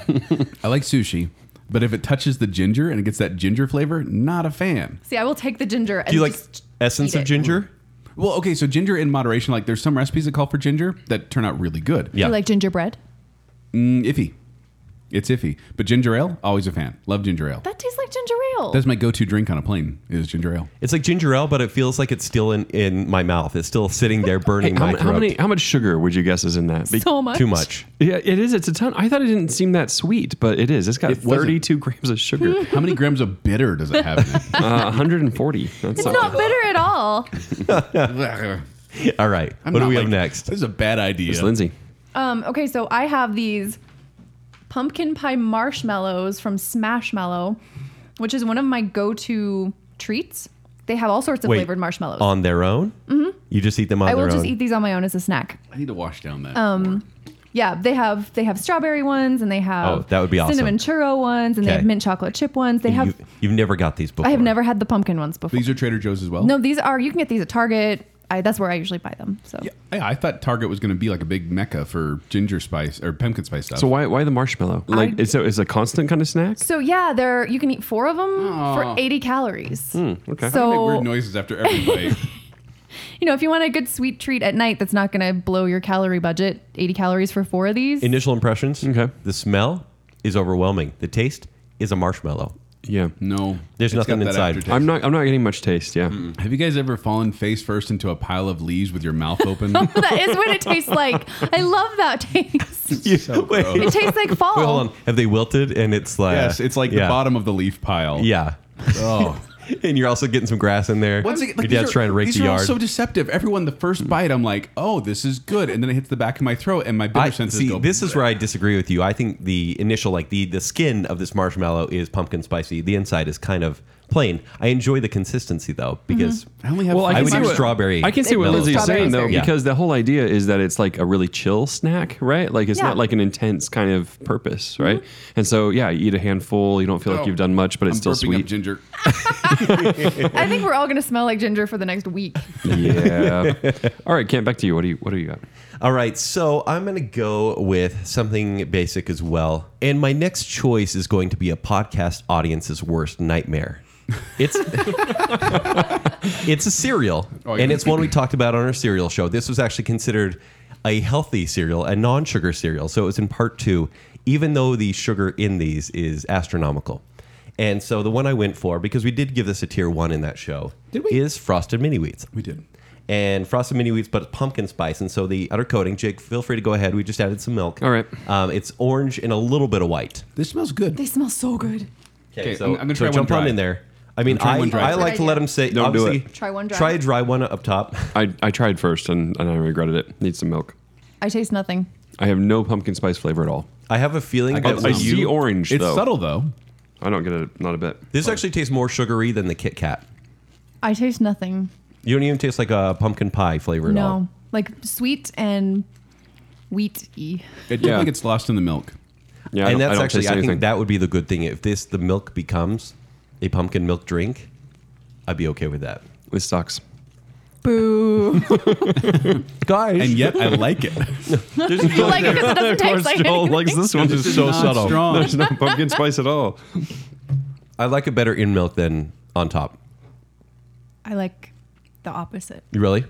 I like sushi, but if it touches the ginger and it gets that ginger flavor, not a fan. See, I will take the ginger. And Do you like just essence eat of it. ginger? Well, okay, so ginger in moderation, like there's some recipes that call for ginger that turn out really good. Do Yeah. you like gingerbread? Mm, iffy. It's iffy. But ginger ale, always a fan. Love ginger ale. That tastes like ginger ale. That's my go-to drink on a plane is ginger ale. It's like ginger ale, but it feels like it's still in, in my mouth. It's still sitting there burning How, my mu- how throat. many? How much sugar would you guess is in that? Be- so much. Too much. Yeah, it is. It's a ton. I thought it didn't seem that sweet, but it is. It's got wasn't. 32 grams of sugar, Hmm. uh, How many grams of bitter does it have in 140. That's It's not bitter at all. it? All right. I'm what do not we have like- next? This is a bad idea. It's Lindsay. Um, okay, so I have these pumpkin pie marshmallows from Smashmallow, which is one of my go-to treats. They have all sorts of Wait, flavored marshmallows. on their own. Mm-hmm. You just eat them on I their will own. just eat these on my own as a snack. I need to wash down that. Yeah, they have they have strawberry ones and they have Oh, that would be awesome. cinnamon churro ones and they Okay. have mint chocolate chip ones. They have you, you've never got these before. I have never had the pumpkin ones before. These are Trader Joe's as well. no, these are you can get these at Target. I, that's where I usually buy them. So Yeah, I, I thought Target was going to be like a big mecca for ginger spice or pumpkin spice stuff. So why why the marshmallow? Like it's a it's a constant kind of snack. So yeah, there you can eat four of them Aw. for 80 calories. Hmm, okay. I make So weird noises after every plate. you know, if you want a good sweet treat at night that's not going to blow your calorie budget, 80 calories for four of these. Initial impressions. Okay. The smell is overwhelming. The taste is a marshmallow. Yeah. No, There's It's got nothing that inside. aftertaste. I'm not I'm not getting much taste. Yeah. Have you guys ever fallen face first into a pile of leaves with your mouth open? that is what it tastes like. I love that taste. Wait, It tastes like fall. Wait, hold on. Have they wilted? And it's like yes, it's like yeah. the bottom of the leaf pile. Yeah. Oh. and you're also getting some grass in there. Once again, like, Your these dad's are- trying to rake these the are all yard. so deceptive. Everyone, the Hmm. first bite, I'm like, "Oh, this is good," and then it hits the back of my throat, and my bitter I, senses see, go. this is where I disagree with you. I think the initial, like the the skin of this marshmallow is pumpkin spicy. The inside is kind of plain. I enjoy the consistency though because Hmm. I only have. Well, I five can would see do bites. what, strawberry I can see what mellows. Lizzie's Strawberries saying though, are good. because the whole idea is that it's like a really chill snack, right? Like it's Yeah. not like an intense kind of purpose, right? And so yeah, you eat a handful. You don't feel Oh. like you've done much, but it's still I'm burping up sweet. ginger. I think we're all going to smell like ginger for the next week. yeah. All right, Kent, back to you. What do you What do you got? All right, so I'm going to go with something basic as well. And my next choice is going to be a podcast audience's worst nightmare. It's It's a cereal, Oh, and yeah. it's one we talked about on our cereal show. This was actually considered a healthy cereal, a non-sugar cereal. So it was in part 2, even though the sugar in these is astronomical. And so the one I went for because we did give this a tier 1 in that show Did we? is Frosted Mini Wheats We did. and frosted mini wheats, but pumpkin spice. And so the outer coating, Jake, feel free to go ahead. We just added some milk. All right. Um, it's orange and a little bit of white. This smells good. They smell so good. Okay, so I'm- I'm gonna so try one jump on dry. in there. I mean, trying I, one dry. I like to let them say, Don't do obviously, it. Try one dry. Try a dry one up top. I, I tried first and, and I regretted it. Need some milk. I taste nothing. I have no pumpkin spice flavor at all. I have a feeling got that some. I when see you, orange It's though. subtle though. I don't get it. Not a bit. this actually tastes more sugary than the Kit Kat. I taste nothing. You don't even taste like a pumpkin pie flavor at all. No. Like sweet and wheat y. It definitely Yeah. gets lost in the milk. Yeah, I and don't- I that's don't actually, taste I anything. think that would be the good thing. If this, the milk becomes a pumpkin milk drink, I'd be okay with that. this sucks. Boo. Guys, And yet I like it. you like it because it doesn't taste like Joel likes anything. this one. This is so not subtle. strong. There's no pumpkin spice at all. I like it better in milk than on top. I like the opposite. You really?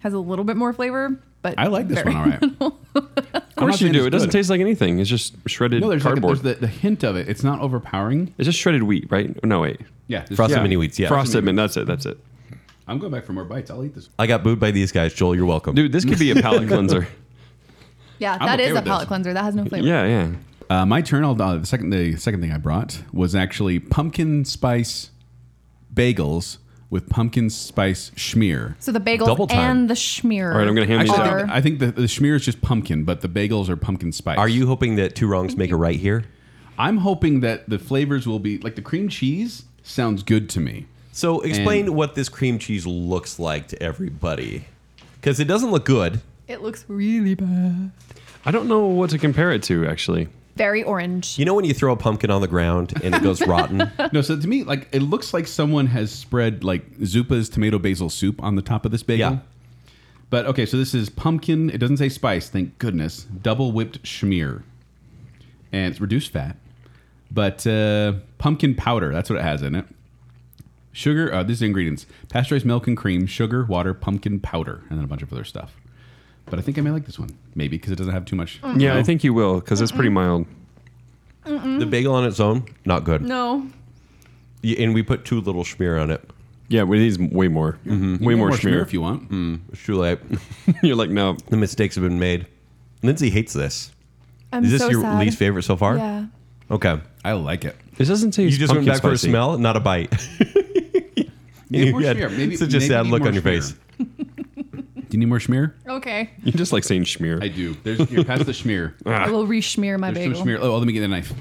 Has a little bit more flavor, but I like this very- one. All right. Of course you saying do. it's It doesn't good. taste like anything. It's just shredded No, there's, like a, cardboard. there's the, the hint of it. It's not overpowering. it's just shredded wheat, right? No, wait. Yeah. this- Frosted yeah. Mini Wheats, yeah. Frosted mint. That's it. That's it. I'm going back for more bites. I'll eat this. I got booed by these guys, Joel. You're welcome. Dude, this could be a palate cleanser. Yeah, I'm that okay is a with this. palate cleanser. That has no flavor. Yeah, yeah. Uh, my turn. I'll, uh, the second the second thing I brought was actually pumpkin spice bagels with pumpkin spice schmear. So the bagels Double time. and the schmear. All right, I'm gonna hand these Actually, I out. think, I think the, the schmear is just pumpkin, but the bagels are pumpkin spice. Are you hoping that two wrongs make a right here? I'm hoping that the flavors will be like the cream cheese sounds good to me. So explain And- what this cream cheese looks like to everybody, because it doesn't look good. It looks really bad. I don't know what to compare it to, actually. Very orange. You know when you throw a pumpkin on the ground and it goes rotten? No, so to me, like it looks like someone has spread like Zupa's tomato basil soup on the top of this bagel. Yeah. But okay, so this is pumpkin. It doesn't say spice, thank goodness. Double whipped schmear, and it's reduced fat. But uh, pumpkin powder, that's what it has in it. Sugar. Uh, these are the ingredients: pasteurized milk and cream, sugar, water, pumpkin powder, and then a bunch of other stuff. But I think I may like this one, maybe because it doesn't have too much. Yeah, I think you will, because it's pretty mild. The bagel on its own, not good. No. Y- And we put too little schmear on it. Yeah, but it needs way more. Mm-hmm. Way more, more schmear schmear. if you want. It's too late. You're like, no. the mistakes have been made. Lindsay hates this. I'm Is this so your sad. least favorite so far? Yeah. Okay. I like it. It doesn't taste. You just went pumpkin back for a spicy. smell, not a bite. Need You more had schmear. Maybe- such a maybe sad need look more on your schmear. face. Do you need more schmear? Okay. You just like saying schmear. I do. There's here, pass the schmear. I will re-schmear my There's some bagel. schmear. Oh, let me get the knife.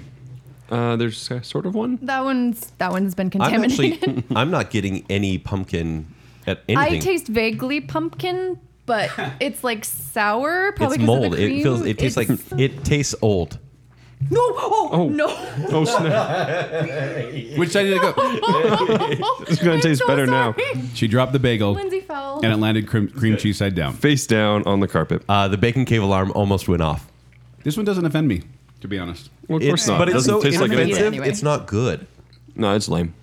Uh, there's uh, sort of one. That one's that one's been I'm contaminated. actually I'm not getting any pumpkin at anything. I taste vaguely pumpkin, but it's like sour. Probably it's 'cause Of mold. the It cream. feels it tastes It's- like it tastes old. no. Oh, Oh. no. Oh snap! Which side did it go? it's gonna taste better now. She dropped the bagel, Lindsay Fowl. and it landed cream, cream cheese side down. Face down on the carpet. Uh, the bacon cave alarm almost went off. This one doesn't offend me, to be honest. Well, of course It's, not. but it's Doesn't so taste like inoffensive. anything. anyway. It's not good. No, it's lame.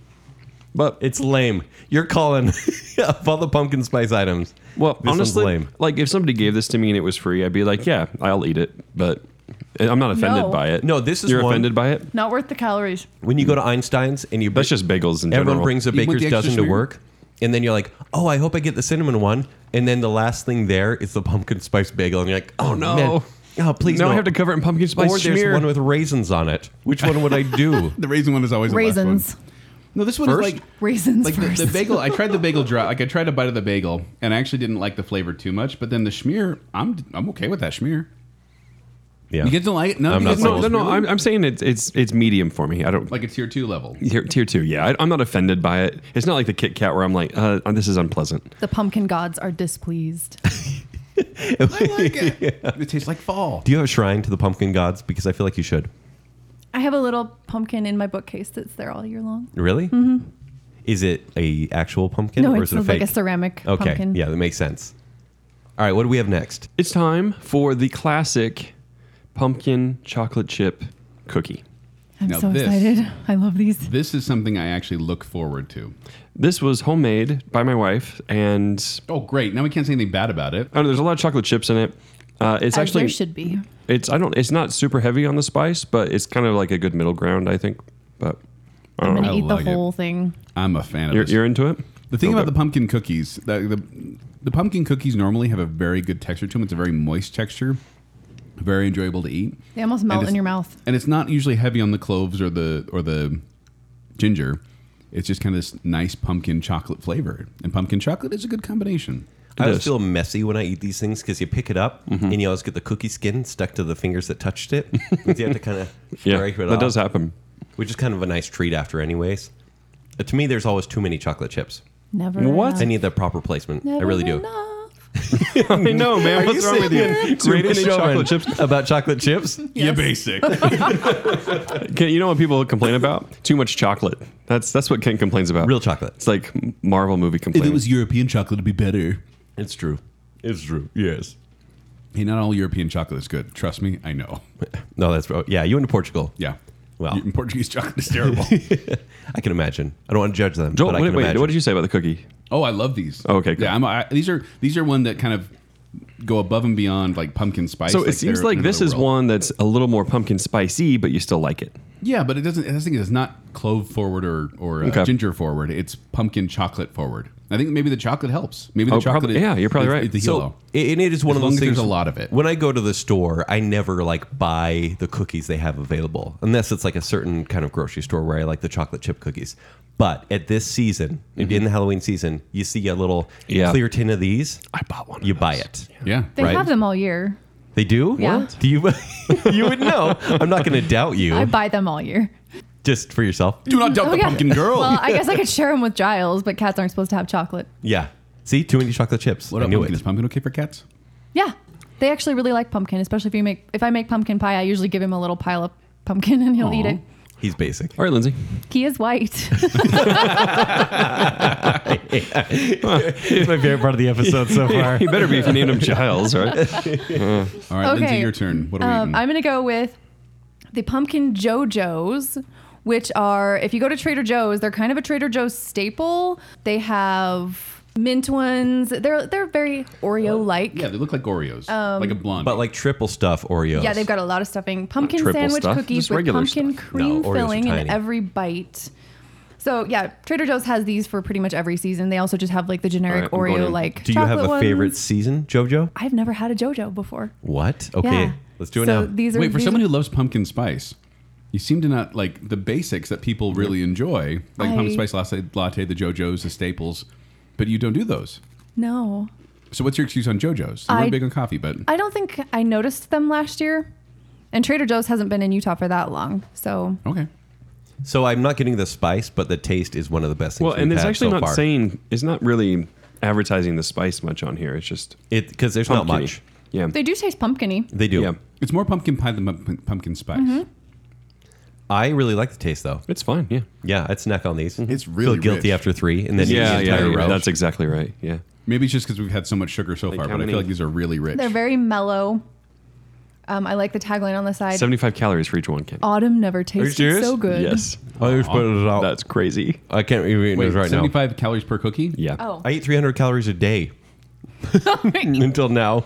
But It's lame. You're calling of all the pumpkin spice items. well, this honestly, one's lame. like if somebody gave this to me and it was free, I'd be like, yeah, I'll eat it. But I'm not offended No. by it. No, this is you're one- offended by it. Not worth the calories. When you go to Einstein's and you Mm-hmm. That's just bagels in everyone general. brings a Even with baker's the extra dozen to smear? work, and then you're like, oh, I hope I get the cinnamon one, and then the last thing there is the pumpkin spice bagel, and you're like, oh no. man. oh please now no. I have to cover it in pumpkin spice or there's smear. one with raisins on it. Which one would I do? The raisin one is always the last one. Raisins. No, this one First? is like Raisins Like the, first. the bagel, I tried the bagel dry. Like I tried a bite of the bagel, and I actually didn't like the flavor too much. But then the schmear, I'm I'm okay with that schmear. yeah, You guys don't like it? No, I'm you not guys no, don't no, like no. it? I'm, I'm saying it's it's it's medium for me. I don't like a tier two level. tier, tier two. Yeah, I, I'm not offended by it. It's not like the Kit Kat where I'm like, uh, this is unpleasant. the pumpkin gods are displeased. I like it. It tastes like fall. Do you have a shrine to the pumpkin gods? Because I feel like you should. I have a little pumpkin in my bookcase that's there all year long. Really? Mm-hmm. Is it a actual pumpkin No, or it's is it a like fake? a ceramic okay, pumpkin. yeah, that makes sense. All right, what do we have next? It's time for the classic pumpkin chocolate chip cookie. I'm Now so this- excited. I love these. This is something I actually look forward to. This was homemade by my wife, and Oh, great! Now we can't say anything bad about it. oh, there's a lot of chocolate chips in it. Uh, it's As actually there should be. it's I don't it's not super heavy on the spice, but it's kind of like a good middle ground, I think. But Oh, I I'm don't know. gonna I eat like the it. whole thing. I'm a fan of You're, this. you're into it. The thing Okay. about the pumpkin cookies, the, the the pumpkin cookies normally have a very good texture to them. It's a very moist texture, very enjoyable to eat. They almost And melt it's- in your mouth. and it's not usually heavy on the cloves or the or the ginger. It's just kind of this nice pumpkin chocolate flavor, and pumpkin chocolate is a good combination. I always is. feel messy when I eat these things because you pick it up Mm-hmm. and you always get the cookie skin stuck to the fingers that touched it. you have to kind of yeah, scrape it that off, does happen. which is kind of a nice treat after, anyways. Uh, to me, there's always too many chocolate chips. Never. What? enough. I need the proper placement. I Never really do. enough. I know, man. What's wrong with you? Too many chocolate chips. about chocolate chips? Yes. basic. Ken, you know what people complain about? Too much chocolate. That's that's what Ken complains about. Real chocolate. It's like Marvel movie complaining. European chocolate, it'd be better. It's true. It's true. Yes. Hey, not all European chocolate is good. Trust me, I know. No, that's oh, yeah. You went to Portugal. Yeah. Wow. European Portuguese chocolate is terrible. I can imagine. I don't want to judge them. Joel, but I what, can wait, imagine. what did you say about the cookie? oh, I love these. Oh, okay, cool. Yeah, I'm, I, these are these are one that kind of go above and beyond like pumpkin spice. So it seems they're in like this another is world. one that's a little more pumpkin spicy, but you still like it. Yeah, but it doesn't. I think it's not clove forward or or uh, Okay. ginger forward. It's pumpkin chocolate forward. I think maybe the chocolate helps. Maybe the Oh, chocolate. probably- is- yeah, you're probably is- right. is the So hilo. it, and it is one As of long those as things. there's a lot of it. When I go to the store, I never like buy the cookies they have available, unless it's like a certain kind of grocery store where I like the chocolate chip cookies. But at this season, Mm-hmm. in the Halloween season, you see a little Yeah. clear tin of these. I bought one. You buy it. yeah, They Right. have them all year. They do. Yeah. What? Do you? you would know. I'm not going to doubt you. I buy them all year. just for yourself. Do not doubt Oh, the yeah. pumpkin girl. Well, I guess I could share them with Giles, but cats aren't supposed to have chocolate. Yeah. See, too many chocolate chips. what I about knew pumpkin? it. Is pumpkin okay for cats? Yeah, they actually really like pumpkin, especially if you make if I make pumpkin pie. I usually give him a little pile of pumpkin and he'll eat Aw. it. He's basic. All right, Lindsay. He is white. It's my favorite part of the episode so far. He better be if you named him Giles, right? All right, Lindsay, Okay. your turn. What are we um, eating? I'm gonna go with the pumpkin JoJo's, which are if you go to Trader Joe's, they're kind of a Trader Joe's staple. They have mint ones. They're they're very Oreo like. yeah, Yeah. they look like Oreos, like a Um, blonde. But like triple stuff Oreos. they've got a lot of stuffing. Pumpkin triple sandwich stuff, cookies just with regular pumpkin stuff. No, cream Oreos are filling in tiny. every bite. So yeah, Trader Joe's has these for pretty much every season. They also just have like the generic All right, I'm going in. Oreo like. Do you have a chocolate favorite ones. season, JoJo? I've never had a JoJo before. What? Okay, Yeah. let's do it so now. These are wait, for these someone are- who loves pumpkin spice, you seem to not like the basics that people really enjoy, like I- pumpkin spice latte, latte, the JoJo's, the staples. But you don't do those. no. So what's your excuse on JoJo's? You I- weren't big on coffee, but I don't think I noticed them last year. And Trader Joe's hasn't been in Utah for that long. So okay. So I'm not getting the spice, but the taste is one of the best things. Well, we've and it's had actually so not far. saying it's not really advertising the spice much on here. It's just it because there's not pumpkin-y. much. Yeah. They do taste pumpkiny. They do. Yeah. It's more pumpkin pie than pumpkin, pumpkin spice. Mm-hmm. I really like the taste though. It's fine. Yeah. Yeah, I'd snack on these. Mm-hmm. It's really feel guilty rich. after three, and then Yeah, yeah, yeah, entire yeah, row. that's exactly right. Yeah, Maybe it's just because we've had so much sugar so Like far, how but I many- feel like these are really rich. They're very mellow. Um, I like the tagline on the side. seventy-five calories for each one. Ken. Autumn never tasted serious? Oh, Oh. so good. Yes, I just put it out. that's crazy. I can't even eat Wait, it right now. 75 calories per cookie? Yeah. Oh, I eat 300 calories a day until now.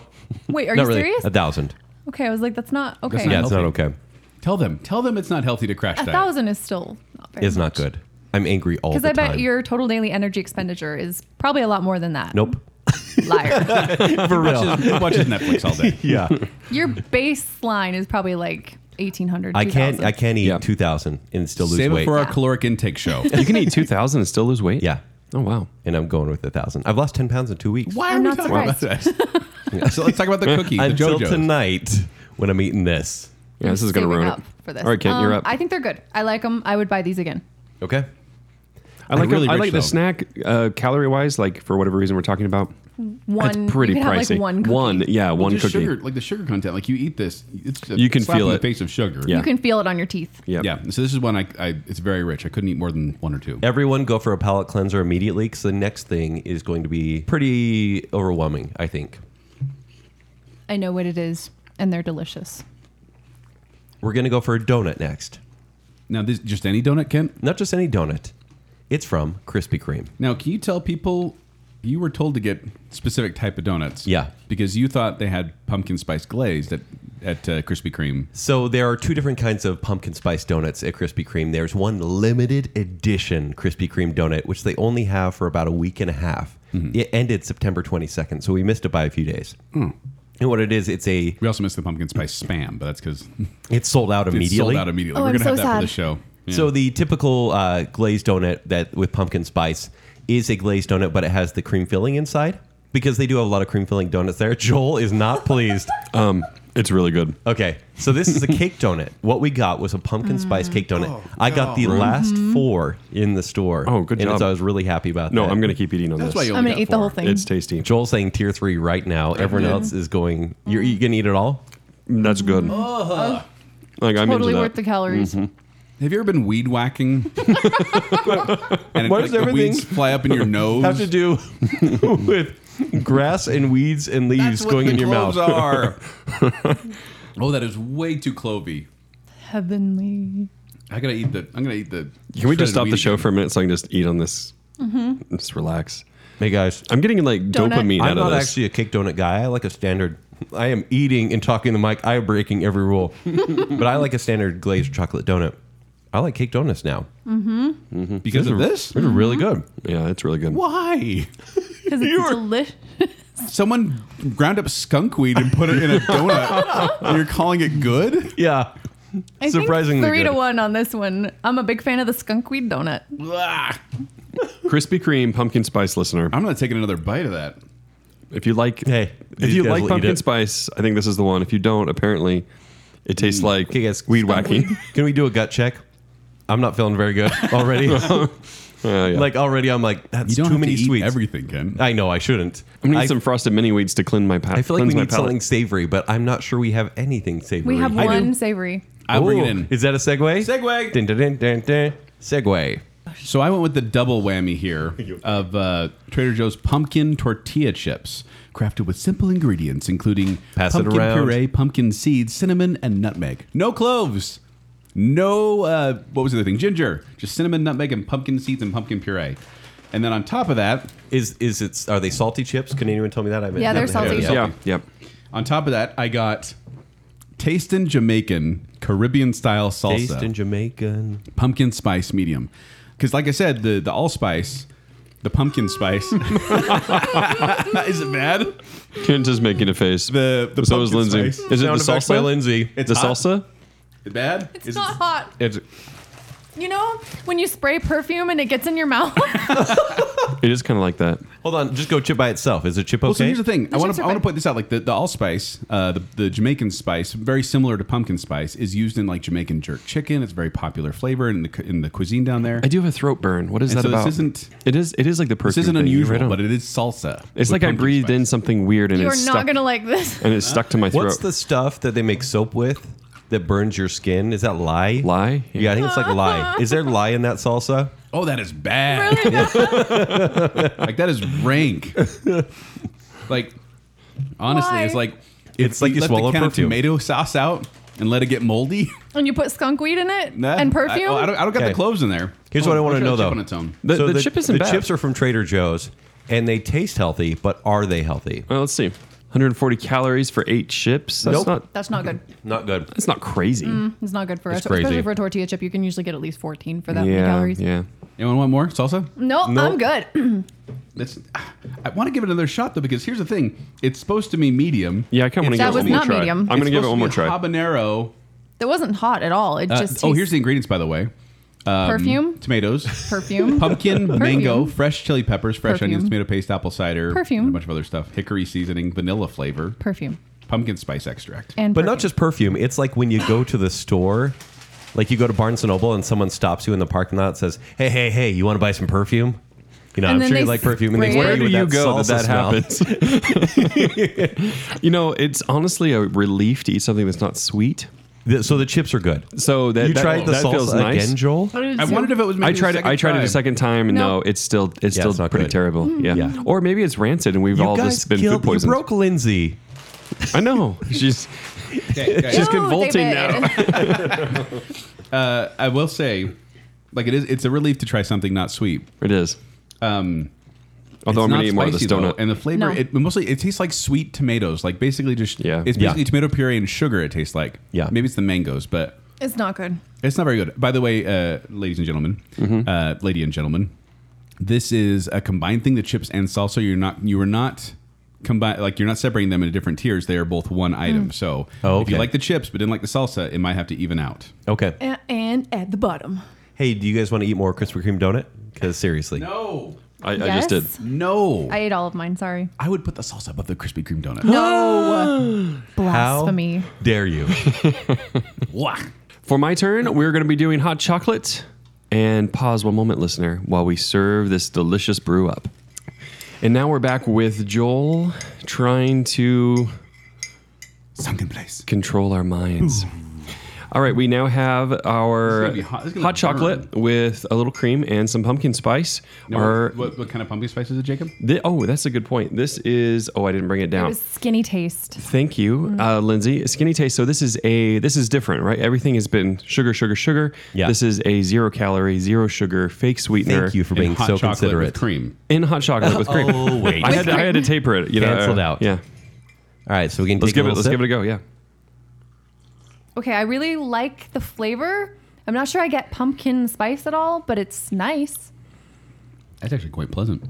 wait, are not you really. serious? A thousand. Okay, I was like, that's not okay. That's not Yeah, it's not healthy. okay. Tell them. Tell them it's not healthy to crash a diet. thousand is still not very It's not good. I'm angry all the Because time. I bet your total daily energy expenditure is probably a lot more than that. Nope. Liar. For real. Watches, watches Netflix all day. yeah. your baseline is probably like 1800. I can't. 2000. I can't eat Yeah. 2,000 and still lose Save weight. it for our Yeah. caloric intake show. You can eat two thousand and still lose weight. yeah. Oh wow. And I'm going with a thousand. I've lost 10 pounds in two weeks. Why I'm we not talking about that? so let's talk about the cookie, the Until JoJo's. tonight, when I'm eating this. Yeah, this is gonna Saving ruin up it. for this. All right, Kent, you're Um, up. I think they're good. I like them. I would buy these again. Okay. I like. They're really I rich, like though. the snack uh, calorie wise. Like for whatever reason we're talking about, One. it's pretty you could pricey. Have like one. Cookie. yeah, Well, one just cookie. Sugar, like the sugar content. Like you eat this, it's a You can slap feel in it. the face of sugar. Yeah. You can feel it on your teeth. Yeah. Yeah. So this is one I, I. It's very rich. I couldn't eat more than one or two. Everyone go for a palate cleanser immediately because the next thing is going to be pretty overwhelming, I think. I know what it is, and they're delicious. We're going to go for a donut next. Now, this just any donut, Kent. Not just any donut. It's from Krispy Kreme. Now, can you tell people you were told to get specific type of donuts? Yeah. Because you thought they had pumpkin spice glazed at at uh, Krispy Kreme. So there are two different kinds of pumpkin spice donuts at Krispy Kreme. There's one limited edition Krispy Kreme donut, which they only have for about a week and a half. Mm-hmm. It ended September 22nd, so we missed it by a few days. Hmm. And what it is, it's a We also missed the pumpkin spice spam, but that's because it's sold out it's immediately. sold out immediately. Oh, We're I'm gonna have so that for sad. the show. Yeah. So the typical uh, glazed donut that with pumpkin spice is a glazed donut, but it has the cream filling inside because they do have a lot of cream filling donuts there. Joel is not pleased. Um, it's really good. Okay, so this is a cake donut. What we got was a pumpkin spice cake donut. I got the last four in the store. Oh, good and job. so I was really happy about No, that. I'm gonna keep eating on that's why this. you. I'm Only gonna got eat the whole four. thing. it's tasty. Joel's saying tier three right now. Everyone else is going. You're, you gonna eat it all? That's good. Like I'm totally into worth that. the calories. Have you ever been weed whacking? and Why like, does the everything weeds fly up in your nose. Have to do with grass and weeds and leaves That's what going the in your mouth. cloves Are. oh, that is way too clovey. Heavenly. I gotta eat the. I'm gonna eat the. Can we just shredded stop the wheat show again. for a minute so I can just eat on this? Just relax. Hey guys, I'm getting like Mm-hmm. Donut. dopamine out I'm of not this. actually a cake donut guy. I like a standard. I am eating and talking to Mike. I am breaking every rule, but I like a standard glazed chocolate donut. I like cake donuts now. because of this? They're really good. yeah, it's really good. Why? Because it's delicious. Someone ground up skunk weed and put it in a donut. and you're calling it good? Yeah. I think Surprisingly three to good. one on this one. I'm a big fan of the skunkweed donut. Blah. Krispy Kreme pumpkin spice listener. I'm not taking another bite of that. If you like, Hey, if these you guys like will eat pumpkin it. spice, I think this is the one. If you don't, apparently, it tastes like Mm, Okay, guys. weed whacking. Can we do a gut check? I'm not feeling very good already. Oh, Yeah, yeah. Like already, I'm like that's You don't too have many to eat sweets. everything, Ken. I know I shouldn't. I'm gonna eat I, some frosted mini weeds to cleanse my palate. I feel like we my need palate. something savory, but I'm not sure we have anything savory. We have I do. one savory. I'll bring it Ooh, in. Is that a segue? Segway. Dun, dun, dun, dun, dun. Segue. So I went with the double whammy here of uh, Trader Joe's pumpkin tortilla chips, crafted with simple ingredients including Pass it pumpkin around. puree, pumpkin seeds, cinnamon, and nutmeg. No cloves. No, uh, what was the other thing? Ginger. Just cinnamon, nutmeg, and pumpkin seeds and pumpkin puree. And then on top of that, Is is it? Are they salty chips? Can anyone tell me that? I Yeah, they're haven't had salty. it yet. Yeah, yeah. on top of that, I got Tastin' Jamaican Caribbean style salsa. Taste in Jamaican. pumpkin spice medium. Because, like I said, the the allspice, the pumpkin spice, is it bad? Kent is making a face. The the so pumpkin is Lindsay. spice. Is it the Sound effects salsa? by Lindsay. It's the hot. salsa. Is it bad? It's Is it- not hot. It's You know, when you spray perfume and it gets in your mouth. It is kind of like that. Hold on, just go chip by itself. Is a chip okay? Well, so here's the thing. I Those want chips to are I want to fine. point this out. Like the, the allspice, uh, the the Jamaican spice, very similar to pumpkin spice, is used in like Jamaican jerk chicken. It's a very popular flavor in the cu- in the cuisine down there. I do have a throat burn. What is And that so this about? isn't- It is. It is like the perfume. This isn't thing. You're unusual, right on. but it is salsa. it's with like I pumpkin breathed spice. in something weird and you are it's not stuck, gonna like this. and it's stuck to my throat. What's the stuff that they make soap with that burns your skin? Is that lye? Lye? Yeah, I think it's like lye. Is there lye in that salsa? Oh, that is bad. Really? like that is rank. like honestly, Why? it's like It's if like you let swallow the can of perfume. tomato sauce out and let it get moldy. and you put skunk weed in it Nah, and perfume. I, oh, I don't, I don't got Okay. the cloves in there. Oh, Here's what I want to I'll try know though. the chip on its own. The- the chip isn't the bad. chips are from Trader Joe's, and they taste healthy, but are they healthy? Uh, let's see. 140 calories for eight chips. That's Nope. not. That's not good. Not good. That's not crazy. It's not good for It's us, crazy. especially for a tortilla chip. You can usually get at least 14 for that many Yeah. calories. Yeah. Anyone want more salsa? No, I'm Nope. good. That's, I want to give it another shot though because here's the thing: it's supposed to be medium. Yeah. I kind of want to give it That was one more not try. medium. I'm going to It's give it one more supposed to be try. Habanero. that wasn't hot at all. It uh, just tastes oh, here's the ingredients by the way: perfume, tomatoes, perfume, pumpkin, mango, Perfume. fresh chili peppers, fresh Perfume. onions, tomato paste, apple cider, Perfume. and a bunch of other stuff, hickory seasoning, vanilla flavor, perfume, pumpkin spice extract. and But not perfume. just perfume. It's like when you go to the store, like you go to Barnes and Noble, and someone stops you in the parking lot and says, "Hey, hey, hey, you want to buy some perfume?" You know, And I'm then sure you they like perfume. And they spray spray it. Where Where do with you go salsa that that smell. happens? you know, it's honestly a relief to eat something that's not sweet. The- So the chips are good. So that you that, tried the that salsa feels nice. again, Joel? I wondered if it was. Maybe I tried The it. second I tried it try. a second time, and no, No. it's still it's Yeah, still it's not pretty good. terrible. Hmm. Yeah. Yeah. or maybe it's rancid, and we've all just been food you poisoned. broke Lindsay. I know she's Okay, okay. she's Ooh, convulsing now. Oh, David. I will say, like it is, it's a relief to try something not sweet. Um, It is. Although It's I'm not gonna eat more of this spicy, though, donut. and the flavor, No. it mostly it tastes like sweet tomatoes, like basically just Yeah. it's Yeah. basically tomato puree and sugar. It tastes like Yeah. maybe it's the mangoes, but It's not good. It's not very good. By the way, uh, ladies and gentlemen, Mm-hmm. uh, lady and gentlemen, this is a combined thing. The chips and salsa. You're not. You are not. Combine like you're not separating them into different tiers. They are both one item. So Oh, if you okay. like the chips but didn't like the salsa, it might have to even out. Okay. A- And at the bottom. Hey, do you guys want to eat more Krispy Kreme donut? Because seriously, No, I, I just did. no. I I, ate all of mine. Sorry. would put the salsa above the Krispy Kreme donut. No. how Blasphemy. dare you? Wah. For my turn, we're going to be doing hot chocolate. And pause one moment, listener, while we serve this delicious brew up. And now we're back with Joel trying to Sunken place. control our minds. All right, we now have our This is gonna be hot. This is hot, gonna burn. chocolate with a little cream and some pumpkin spice. Now, our, what, what kind of pumpkin spice is it, Jacob? thi- oh, that's a good point. This is oh, I didn't bring it It down. was skinny taste. Thank you, uh, Lindsay. Skinny taste. So this is a this is different, right? Everything has been sugar, sugar, sugar. Yeah. This is a zero calorie, zero sugar, fake sweetener. Thank you for And being hot so chocolate considerate. with cream. in hot chocolate with cream. Oh wait. I had to, I had to taper it. You know, uh, Cancelled out. Yeah. All right, so we can Let's take give a it. little Let's sip. give it a go. Yeah. Okay, I really like the flavor. I'm not sure I get pumpkin spice at all, but it's nice. That's actually quite pleasant.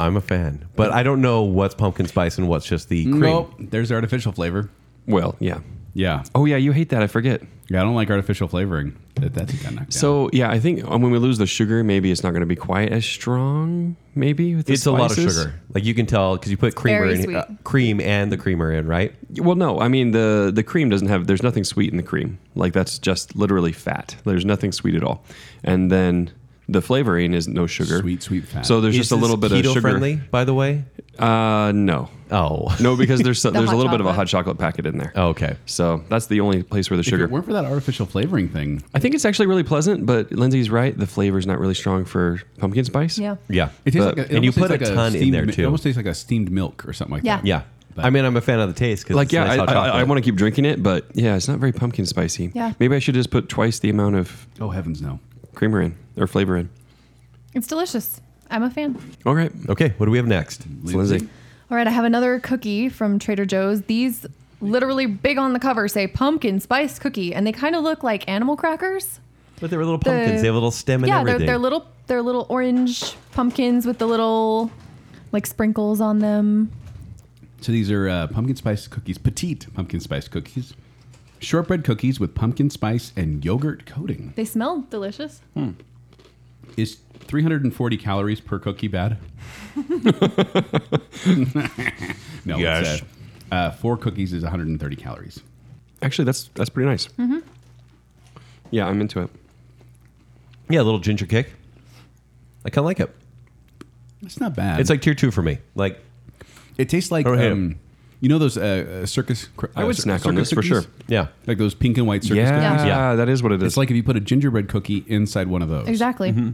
I'm a fan, but I don't know what's pumpkin spice and what's just the cream. Nope. There's artificial flavor. Well, yeah. Yeah. Oh yeah, you hate that. I forget. Yeah, I don't like artificial flavoring. That, that's got knocked down. So yeah, I think um, when we lose the sugar, maybe it's not going to be quite as strong. Maybe with the It's a lot of spices. sugar. Like you can tell because you put creamer Very in sweet. uh, cream and the creamer in, right? Well, no, I mean the the cream doesn't have. There's nothing sweet in the cream. Like that's just literally fat. There's nothing sweet at all. And then the flavoring is no sugar. Sweet, sweet fat. So there's Is just a this little bit of keto sugar. friendly, by the way. Uh, no, Oh, no, because there's so, there's a hot little bit of a chocolate. hot chocolate packet in there. okay. So that's the only place where the Oh. If sugar. it weren't for that artificial flavoring thing, I think it's actually really pleasant, but Lindsay's right. The flavor's not really strong for pumpkin spice. Yeah. Yeah, it tastes But- like a, it and you almost put tastes a like ton in steamed there, mi- too. It almost tastes like a steamed milk or something like Yeah. that. yeah. I mean, I'm a fan of the taste because Like yeah, nice I, hot I, I chocolate. want to keep drinking it, but yeah, it's not very pumpkin spicy. Yeah. Maybe I should just put twice the amount of Oh heavens no. creamer in or flavor in. It's delicious. I'm a fan. All right, Okay, what do we have next? it's Lindsay. All right, I have another cookie from Trader Joe's. These literally big on the cover say pumpkin spice cookie, and they kind of look like animal crackers. But they were little pumpkins. The- they have a little stem and yeah, they're, everything. they're little they're little orange pumpkins with the little like sprinkles on them. So these are uh, pumpkin spice cookies, petite pumpkin spice cookies. Shortbread cookies with pumpkin spice and yogurt coating. They smell delicious. Is 340 calories per cookie bad? no, it's, Yes. uh, uh, four cookies is 130 calories. Actually, that's that's pretty nice. Mm-hmm. Yeah, I'm into it. Yeah, a little ginger kick. I kind of like it. That's not bad. It's like tier two for me. Like, It tastes like Or him. um, you know those uh, uh, circus. cr- I uh, would cir- snack on circus this for sure. cookies? yeah, Like those pink and white circus cookies. Yeah, Yeah. that is what it is. It's like if you put a gingerbread cookie inside one of those. Exactly. Mm-hmm.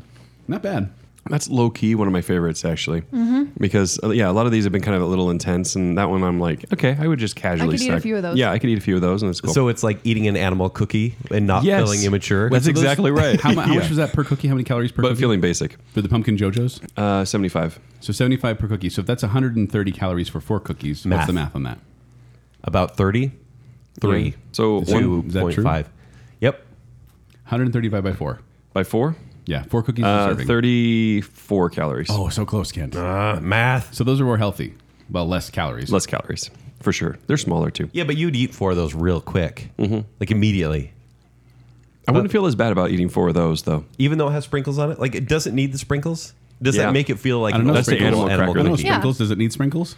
Not bad. That's low key one of my favorites actually, Mm-hmm. because uh, yeah, a lot of these have been kind of a little intense, and that one I'm like, okay, I would just casually. eat a snack. few of those. Yeah, I could eat a few of those, and it's cool. so it's like eating an animal cookie and not Yes. feeling immature. That's So those- exactly right. How, mu- how Yeah. much was that per cookie? How many calories per but cookie? feeling basic. for the pumpkin JoJo's? Uh, 75. So 75 per cookie. So if that's 130 calories for four cookies, Math. what's the math on that? about thirty three. Yeah. So Is that- one is that true? 2.5. Yep. 135 by four. by four, Yeah, four cookies per uh, serving. 34 calories. Oh, so close, Kent. Uh, math. so those are more healthy. Well, less calories. Less calories, for sure. They're smaller too. Yeah, but you'd eat four of those real quick, mm-hmm. like immediately. I wouldn't feel as bad about eating four of those though. Even though it has sprinkles on it, like it doesn't need the sprinkles. Does Yeah. that make it feel like I don't know. an That's the old-school animal I don't know, cracker. Yeah. sprinkles. Does it need sprinkles?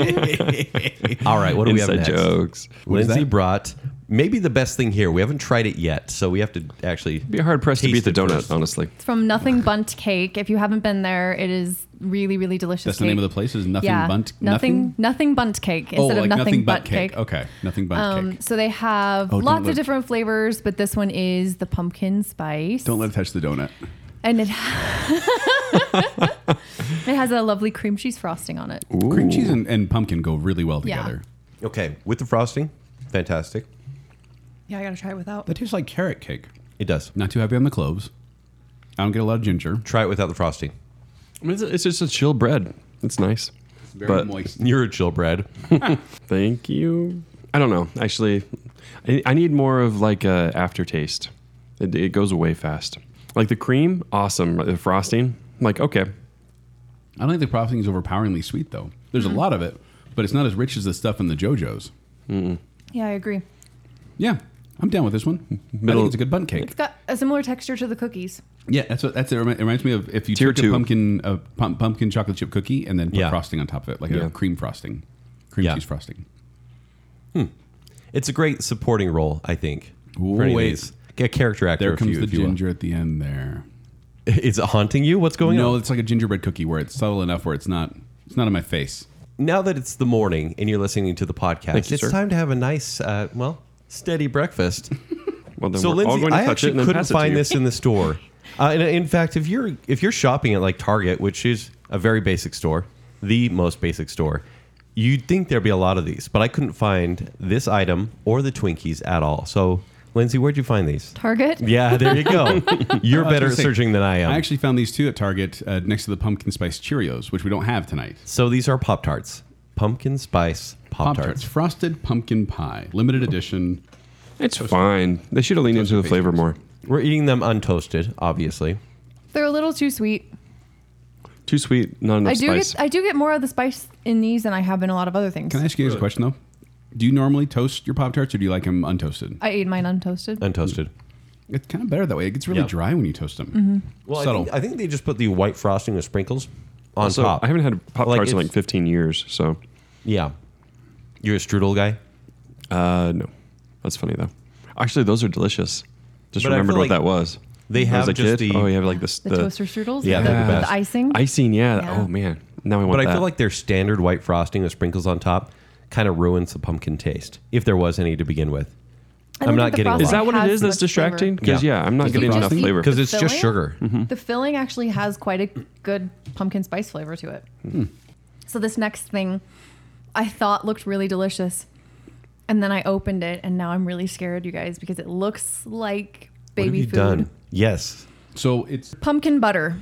All right, what do we have Inside next? jokes. is Lindsay that? brought maybe the best thing here. We haven't tried it yet, so we have to actually Be hard pressed to taste beat the it donut, first. honestly. It's from Nothing Bunt Cake. If you haven't been there, it is really, really delicious. That's the name cake. of the place. Is nothing yeah. bunt? Nothing. Nothing Bunt Cake instead Oh, of like nothing, nothing but bunt cake. Okay, nothing bunt Um, cake. so they have Oh, don't lots let- of different flavors, but this one is the pumpkin spice. Don't let it touch the donut. and it it has a lovely cream cheese frosting on it. Cream cheese and, and pumpkin go really well Yeah. together. Okay, with the frosting, fantastic. Yeah, I gotta try it without. That tastes like carrot cake. It does. Not too happy on the cloves. I don't get a lot of ginger. Try it without the frosting. I mean, it's, it's just a chill bread. It's nice. Very But- moist. You're a chillbread. Thank you. I don't know. Actually, I, I need more of like a aftertaste. It, it goes away fast. Like the cream, awesome. The frosting, I'm like okay. I don't think the frosting is overpoweringly sweet though. There's a lot of it, but it's not as rich as the stuff in the JoJo's. Yeah, I agree. Yeah, I'm down with this one. I Middle- think it's a good bun cake. It's got a similar texture to the cookies. Yeah, that's what that's it. Remi- It reminds me of if you Tier took two. a pumpkin a pump, pumpkin chocolate chip cookie and then put Yeah. frosting on top of it, like Yeah. a cream frosting, cream Yeah. cheese frosting. It's a great supporting role, I think. for any of Wait. these. Get a character actor. There if comes you, the if you will. ginger at the end there. Is it haunting you? What's going no, on? it's like a gingerbread cookie where it's subtle enough where it's not it's not in my face. Now that it's the morning and you're listening to the podcast, Thank you, it's sir. time to have a nice, uh, well, steady breakfast. Well, then so we're all Lindsay, going to I touch it actually and then couldn't pass it to find you. this in the store. Uh, and in fact, if you're if you're shopping at like Target, which is a very basic store, the most basic store, you'd think there'd be a lot of these, but I couldn't find this item or the Twinkies at all. So, Lindsay, where'd you find these? Target. Yeah, there you go. You're better at Let's see. searching than I am. I actually found these two at Target uh, next to the pumpkin spice Cheerios, which we don't have tonight. so these are Pop Tarts, pumpkin spice Pop Pop Tarts, Tarts. frosted pumpkin pie, limited edition. It's fine. They should have leaned into the flavor more. We're eating them untoasted, obviously. They're a little too sweet. Too sweet, not enough I do spice. get I do get more of the spice in these than I have in a lot of other things. Can I ask you guys a question though? Do you normally toast your Pop Tarts or do you like them untoasted? I ate mine untoasted. Untoasted. It's kind of better that way. It gets really Yeah. dry when you toast them. Mm-hmm. Well, I Subtle. think, I think they just put the white frosting with sprinkles on also, top. I haven't had Pop Like, Tarts in it's- like 15 years, so Yeah. You're a strudel guy? uh, no. That's funny though. Actually, those are delicious. Just But I remembered feel what like that was. they When I was have a kid. just the- oh, you have like this The, toaster strudels. Yeah, the, they're the the best. icing. icing. Yeah. Yeah. Oh man, now I want But I that. feel like their standard white frosting with sprinkles on top kind of ruins the pumpkin taste, if there was any to begin with. I don't I'm not think the getting a lot. frosting Is that what it has is that's much flavor. distracting? Because Yeah. yeah. I'm not Is the getting enough frosting- flavor. Because it's just filling? sugar. Mm-hmm. The filling actually has quite a good pumpkin spice flavor to it. Hmm. So this next thing I thought looked really delicious. And then I opened it and now I'm really scared, you guys, because it looks like What have baby you food. done? Yes. So it's Pumpkin butter.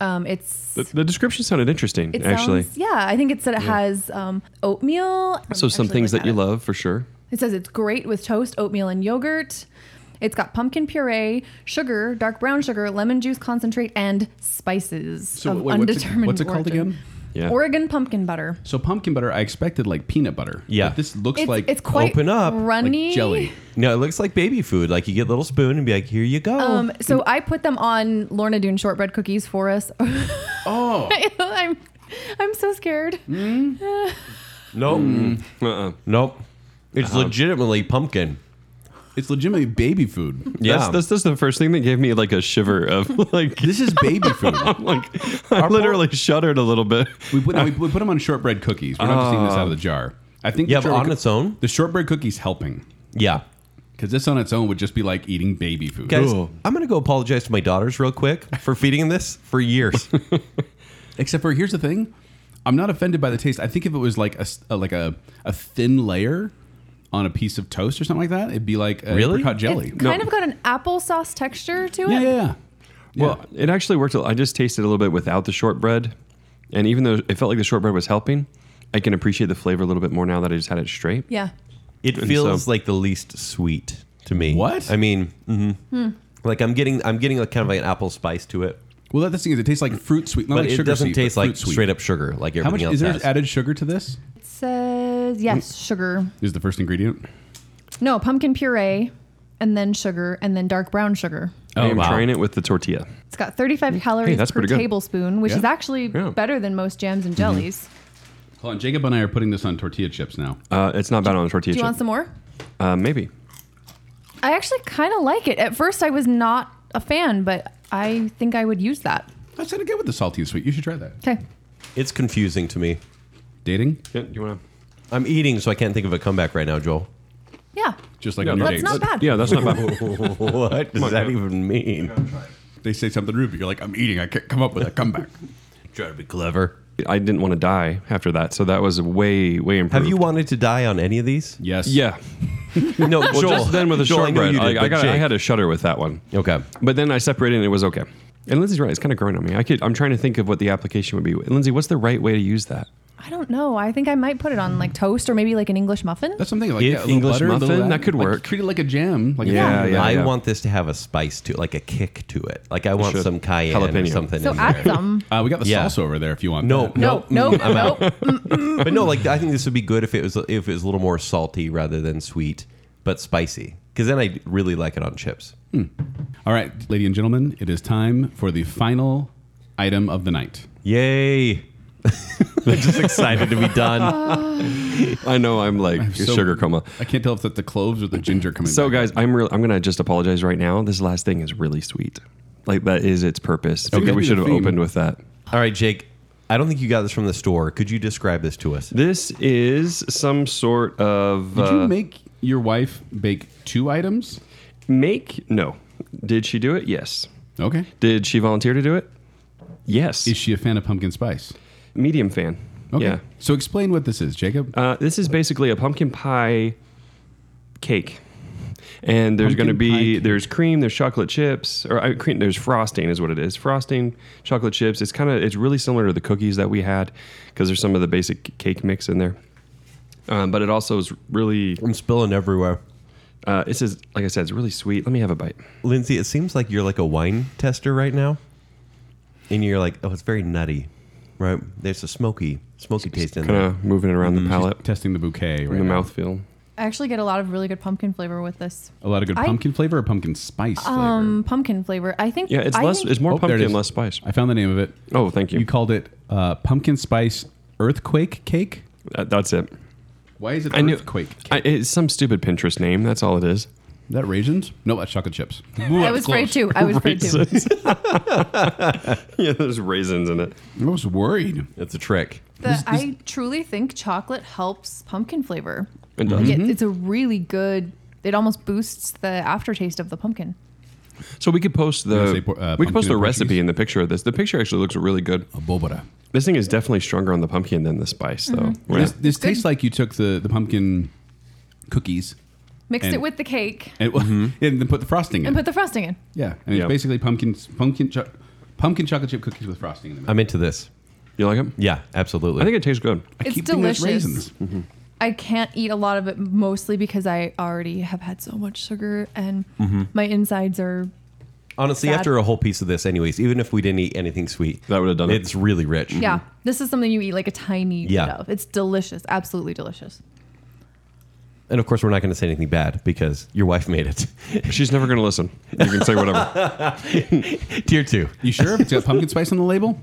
Um, it's The, the description sounded interesting, it actually. sounds, yeah, I think it said it has um, oatmeal. so some Actually, things look that at you it. love for sure. It says it's great with toast, oatmeal, and yogurt. It's got pumpkin puree, sugar, dark brown sugar, lemon juice concentrate, and spices so of wait, what's, it, undetermined what's it called origin. again? Yeah. Oregon pumpkin butter. So pumpkin butter, I expected like peanut butter. Yeah. But this looks It's, like it's quite open up, like runny. like jelly. No, it looks like baby food. Like you get a little spoon and be like, here you go. Um, so I put them on Lorna Doone shortbread cookies for us. Oh, I'm, I'm so scared. nope. Mm. Uh-uh. Uh-huh. Nope. It's legitimately pumpkin. it's legitimately baby food. Yeah. That's, that's, that's the first thing that gave me like a shiver of like, This is baby food. like I literally shuddered a little bit. We put, no, we, we put them on shortbread cookies. We're not just eating this out of the jar. I think Yeah, the but shortbread Oh. on coo- its own? the shortbread cookie's helping Yeah. because this on its own would just be like eating baby food. Guys, Ooh. I'm going to go apologize to my daughters real quick for feeding them this for years. Except for here's the thing, I'm not offended by the taste. I think if it was like a, s- a- like a, a thin layer on a piece of toast or something like that, it'd be like a Really? apricot jelly. It's kind of got an applesauce texture to it. yeah, yeah, yeah. Well, it actually worked. a- I just tasted a little bit without the shortbread, and even though it felt like the shortbread was helping, I can appreciate the flavor a little bit more now that I just had it straight. Yeah. It And feels so- like the least sweet to me. What? I mean, mhm. like I'm getting, I'm getting like kind of like an apple spice to it, Well, that the thing is, it tastes like fruit sweet, not but like it sugar doesn't sweet, but taste like fruit sweet. straight up sugar like everything How much else is there has. added sugar to this? It says yes, Mm. sugar. Is the first ingredient? No, pumpkin puree and then sugar and then dark brown sugar. I am wow. trying it with the tortilla. It's got 35 calories that's per pretty good. tablespoon, which Yeah. is actually Yeah. better than most jams and jellies. Hold on, Jacob and I are putting this on tortilla chips now. Uh, it's not bad on a tortilla. Do you chip. want some more? Uh, maybe. I actually kind of like it. At first, I was not a fan, but I think I would use that. That's gonna go with the salty and sweet. You should try that. Okay. It's confusing to me. Dating, Yeah, you want to? I'm eating, so I can't think of a comeback right now, Joel. Yeah. just like Yeah, on your that's dates, not bad. Yeah, that's not bad. what does that even mean? they say something rude, but you're like, "I'm eating. I can't come up with a comeback." Try to be clever. I didn't want to die after that, so that was way way improved. Have you wanted to die on any of these? Yes. Yeah. No, Well, just then with the Joel, I know shortbread, you I, did, I but got, I Jake. had a shudder with that one. Okay. But then I separated and it was okay. And Lindsay's right; it's kind of growing on me. I could. I'm trying to think of what the application would be. Lindsay, what's the right way to use that? I don't know. I think I might put it on like toast or maybe like an English muffin. That's something like Yeah, yeah, a little English butter, a little muffin, that could Like, work. treat it like a jam. Like Yeah, a jam. yeah. I want this to have a spice to it, like a kick to it. Like I want should. some cayenne or Jalapeno. something. so in there. add some. Uh, we got the Yeah. salsa over there if you want. No, that. no, Nope, nope, mm, I'm out. but no, like I think this would be good if it was if it was a little more salty rather than sweet, but spicy. Because then I really like it on chips. All right, ladies and gentlemen, it is time for the final item of the night. Yay! I'm just excited to be done. I know I'm like So- sugar coma. I can't tell if that's the cloves or the ginger coming. So back. guys, I'm real. I'm gonna just apologize right now. This last thing is really sweet. Like that is its purpose. Okay, gotta we be should the have theme. opened with that. All right, Jake. I don't think you got this from the store. Could you describe this to us? This is some sort of did uh, you make your wife bake two items? make. No, did she do it? Yes. Okay. Did she volunteer to do it? Yes. Is she a fan of pumpkin spice? Medium fan. Okay. Yeah. So explain what this is, Jacob. Uh, this is basically a pumpkin pie cake. And there's going to Pumpkin pie be cake. there's cream, there's chocolate chips, or uh, cream, there's frosting is what it is. Frosting, chocolate chips. It's kind of it's really similar to the cookies that we had because there's some of the basic cake mix in there. Um, but it also is really I'm spilling everywhere. uh, it's is like I said it's really sweet. Let me have a bite. Lindsay, it seems like you're like a wine tester right now. And you're like, oh, it's very nutty, right? There's a smoky, smoky taste in Kind there. of moving it around Mm, the palate, Testing the bouquet right the now. mouthfeel. I actually get a lot of really good pumpkin flavor with this. A lot of good I- pumpkin flavor or pumpkin spice Um, pumpkin flavor. I think. Yeah, it's I less think- it's more Oh, there it pumpkin, is. less spice. flavor. I found the name of it. Oh, thank you. You called it uh, pumpkin spice earthquake cake. That- that's it. Why is it I knew earthquake? I, it's some stupid Pinterest name. That's all it is. Is that raisins? No, that's chocolate chips. I was afraid too. I was afraid too. yeah, there's raisins in it. I was worried. It's a trick. The, I truly think chocolate helps pumpkin flavor. It does. It- it's a really good. It almost boosts the aftertaste of the pumpkin. So we could post You wanna the say por- uh, we could post pumpkin the and recipe Portuguese? in the picture of this. The picture actually looks really good. A bobora. This thing is definitely stronger on the pumpkin than the spice, though. Right? This, this tastes like you took the, the pumpkin cookies Mixed And- it with the cake and, and then put the frosting in. and put the frosting in. yeah, and it's Mm-hmm. Yeah. basically pumpkin pumpkin cho- pumpkin chocolate chip cookies with frosting in them. I'm into this. you like it? Yeah, absolutely. I think it tastes good. It's thinking delicious. I can't eat a lot of it mostly because I already have had so much sugar and my insides are Honestly, Sad. after a whole piece of this, anyways, even if we didn't eat anything sweet, That would've done it. It's really rich. Yeah, this is something you eat like a tiny Mm-hmm. Yeah. bit of. It's delicious, absolutely delicious. And of course, we're not going to say anything bad because your wife made it. She's never going to listen. You can say whatever. Tier two. You sure? If it's got pumpkin spice on the label?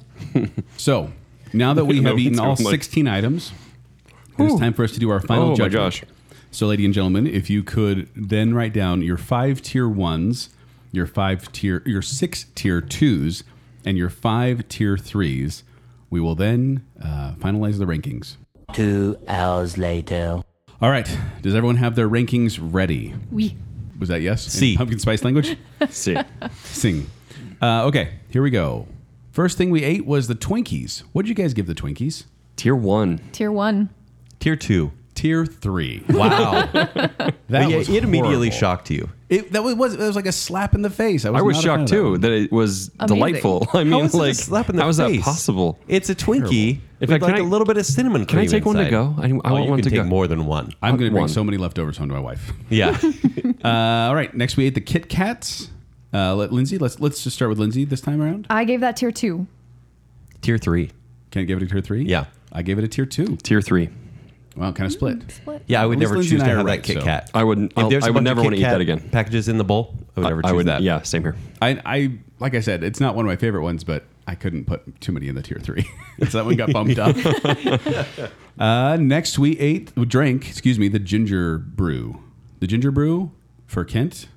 So, now that we No, have eaten it's all not like- 16 items, it's time for us to do our final Oh my judgment. gosh. So, ladies and gentlemen, if you could then write down your five tier ones, your five tier, your six tier twos, and your five tier threes, we will then uh, finalize the rankings. Two hours later. All right. Does everyone have their rankings ready? We Was that yes? Si. In pumpkin spice language? See, Sing. Uh, okay, here we go. First thing we ate was the Twinkies. What did you guys give the Twinkies? tier one. tier one. Tier two. Tier three. Wow. That Yeah, was it horrible. immediately shocked you. It, that was, was it was like a slap in the face. I was, I was not a fan shocked of that too one. that it was Amazing. delightful. I How mean, is it a like, slap in the how is that face? possible? It's a Twinkie with fact, like can a I- little bit of cinnamon can I cream take one to inside. go? I- I oh, want you one can to take go. more than one. I'm going to bring One. so many leftovers home to my wife. Yeah. Uh, all right, next we ate the Kit Kats. Uh, let, Lindsay, let's let's just start with Lindsay this time around. I gave that tier two. Tier three. Can't give it a tier three. Yeah. I gave it a tier two. Tier three. Wow, kind of split. Split. Yeah, I would At least never Lindsay choose and to I are have right, that Kit so- Kat. I wouldn't- I'll- there's a I would bunch of never wanna Kit eat that Kat again. Packages in the bowl. I would never choose I would. that. Yeah, same here. I, I like I said, it's not one of my favorite ones, but I couldn't put too many in the tier three. so that one got bumped up. uh, next, we ate, we drank, excuse me, the ginger brew. The ginger brew for Kent,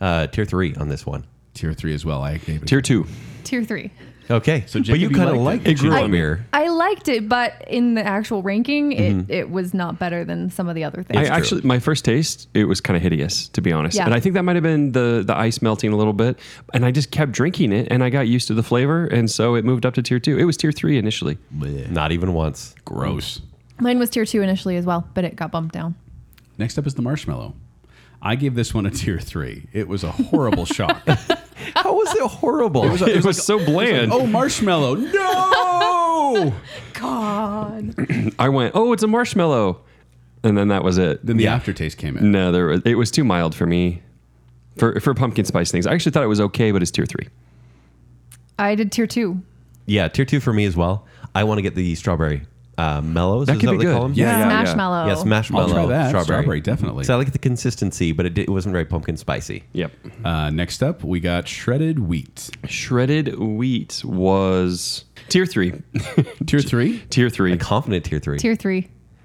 Uh, tier three on this one. tier three as well. I gave it. Tier two. Tier three. Okay. So Jacob, but you you kind of liked like it. It grew I, on me. I liked it, but in the actual ranking, it, it was not better than some of the other I things. true. actually, my first taste, it was kind of hideous, to be honest. Yeah. And I think that might have been the the ice melting a little bit. And I just kept drinking it, and I got used to the flavor, and so it moved up to tier two. It was tier three initially. Not even once. Gross. Mine was tier two initially as well, but it got bumped down. Next up is the marshmallow. I gave this one a tier three. It was a horrible shock. How was it horrible? It was, so bland. oh, marshmallow. No! God. I went, oh, it's a marshmallow, and then that was it. then the Yeah. aftertaste came in. No, there was, it was too mild for me. For, for pumpkin spice things, I actually thought it was okay, but it's tier three. I did tier two. yeah, tier two for me as well. I want to get the strawberry uh, mellows. That is could that be what they good. call them? Yeah, yeah, Smashmallow. Yes, marshmallow. I'll try that. Strawberry. Strawberry, definitely. So I like the consistency, but it, di- it wasn't very pumpkin spicy. Yep. Uh, next up, we got shredded wheat. Shredded wheat was tier three. Tier three? tier three. Confident tier three. Tier, Tier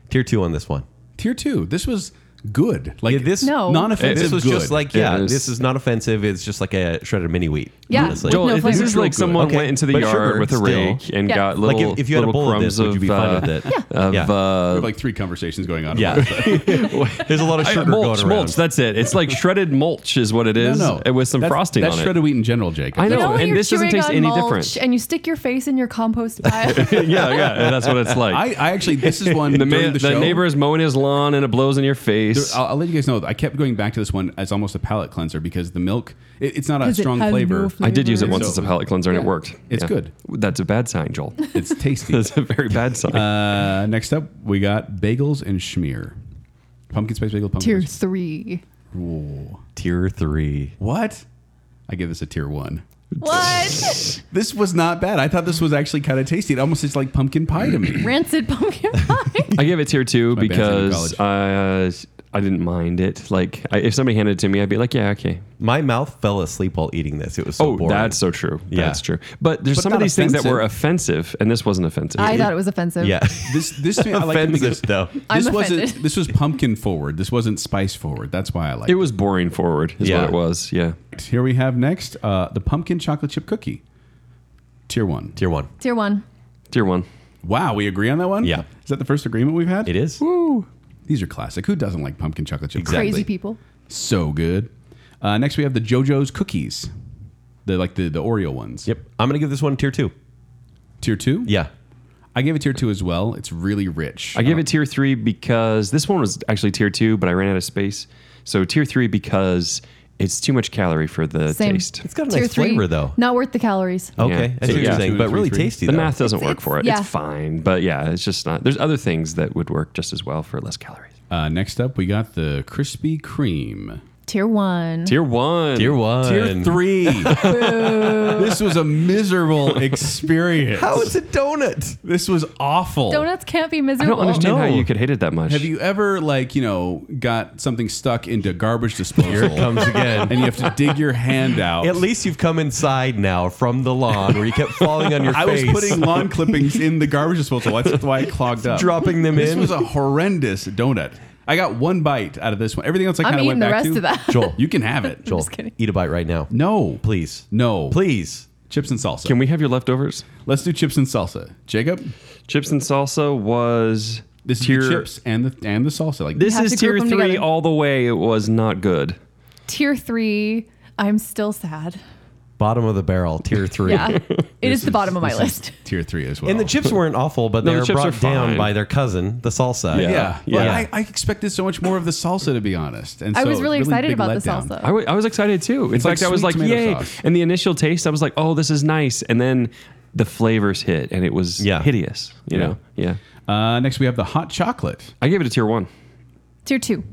three. two on this one. Tier two. This was good. Like Yeah, this- No. non-offensive. This was good. just like yeah. It is- This is not offensive. It's just like a shredded mini wheat. Yeah. honestly. Joel, No if this flavor. is like Neutral someone good. went into the Okay, but yard sugar with a still. rake and Yeah. got like little if, if you had a little bowl of crumbs this, would you be fine uh, with it? of Yeah. We uh, have like three conversations going on. Yeah. about it. There's a lot of I- sugar mulch. going around. Mulch. That's it. It's like shredded mulch is what it no, is. no. uh, With some That's- frosting That's on shredded wheat in general, Jacob. I You know. know when and you're this doesn't chewing taste on any mulch different. and you stick your face in your compost pile. it. yeah, yeah. That's what it's like. I, I actually this is one the during man, the, the, show, uh, neighbor is mowing his lawn and it blows in your face. I'll, I'll let you guys know. I kept going back to this one as almost a palate cleanser because the milk it, it's not a 'Cause it strong has flavor. no I did use it flavor. once So- as a palate cleanser and it worked. It's good. That's a bad sign, Joel. It's tasty. That's a very bad sign. uh, next up, we got bagels and schmear, pumpkin spice bagel. Pumpkin Tier spice- three. Whoa. tier three. What? I give this a tier one. What? This was not bad. I thought this was actually kind of tasty. It almost tastes like pumpkin pie to me. Rancid pumpkin pie. I gave it tier two my band name in because uh, I didn't mind it. Like, I, if somebody handed it to me, I'd be like, yeah, okay. My mouth fell asleep while eating this. It was so Oh, boring. that's so true. Yeah. That's true. But there's But some of not these things that were offensive, and this wasn't offensive. I thought it was offensive. yeah. This this to me, I like it because Offensive though. I'm this wasn't offended. this was pumpkin forward. This wasn't spice forward. That's why I like It it. was boring forward, is Yeah. what it was. Yeah. Here we have next uh, the pumpkin chocolate chip cookie, tier one. Tier one. Tier one. Tier one. Wow, we agree on that one. Yeah. is that the first agreement we've had? It is. These are classic. Who doesn't like pumpkin chocolate chip? Exactly. Crazy people. So good. Uh, next we have the JoJo's cookies, the like the the Oreo ones. Yep. I'm gonna give this one tier two. Tier two. Yeah. I gave it tier two as well. It's really rich. I gave it tier three because this one was actually tier two, but I ran out of space. So tier three because it's too much calorie for the Same. taste. It's got a nice flavor though. Not worth the calories. Okay. Yeah. That's So, what you're yeah. saying, Two, but three, really three. tasty The though. math doesn't It's- work it's- for it. yeah. It's fine, but yeah, it's just not. There's other things that would work just as well for less calories. Uh, next up, we got the Krispy Kreme. Tier one. Tier one. Tier one. Tier three. this was a miserable experience. How is a donut? This was awful. Donuts can't be I miserable. don't understand No. how you could hate it that much. Have you ever like you know got something stuck into garbage disposal? Here it comes again. and you have to dig your hand out. At least you've come inside now from the lawn where you kept falling on your I was face. putting lawn clippings in the garbage disposal. That's why it clogged up. Dropping them this in. This was a horrendous donut. I got one bite out of this one. Everything else I I'm kind of went eating the back rest to. of that. Joel. you can have it. Joel, just kidding. eat a bite right now. No, Please. no, Please. Chips and salsa. Can we have your leftovers? Let's do chips and salsa. Jacob, Chips and salsa was this tier. is the chips and the and the salsa. Like This have is to group tier them three together. all the way. It was not good. Tier three. I'm still sad. Bottom of the barrel, tier three. Yeah, it is, the is- bottom of my this is list. tier three as well. And the chips weren't awful, but No, they the were chips are brought down fine. by their cousin, the salsa. Yeah, Yeah. But Yeah. I, I expected so much more of the salsa, to be honest. And I so was it really excited big about the letdown. salsa. I wa- I was excited too. In It's like fact, I was sweet like, tomato yay. sauce. And the initial taste, I was like, oh, this is nice. And then the flavors hit and it was Yeah. hideous. You Yeah. know? Yeah. Uh, next, we have the hot chocolate. I gave it a tier one. Tier two.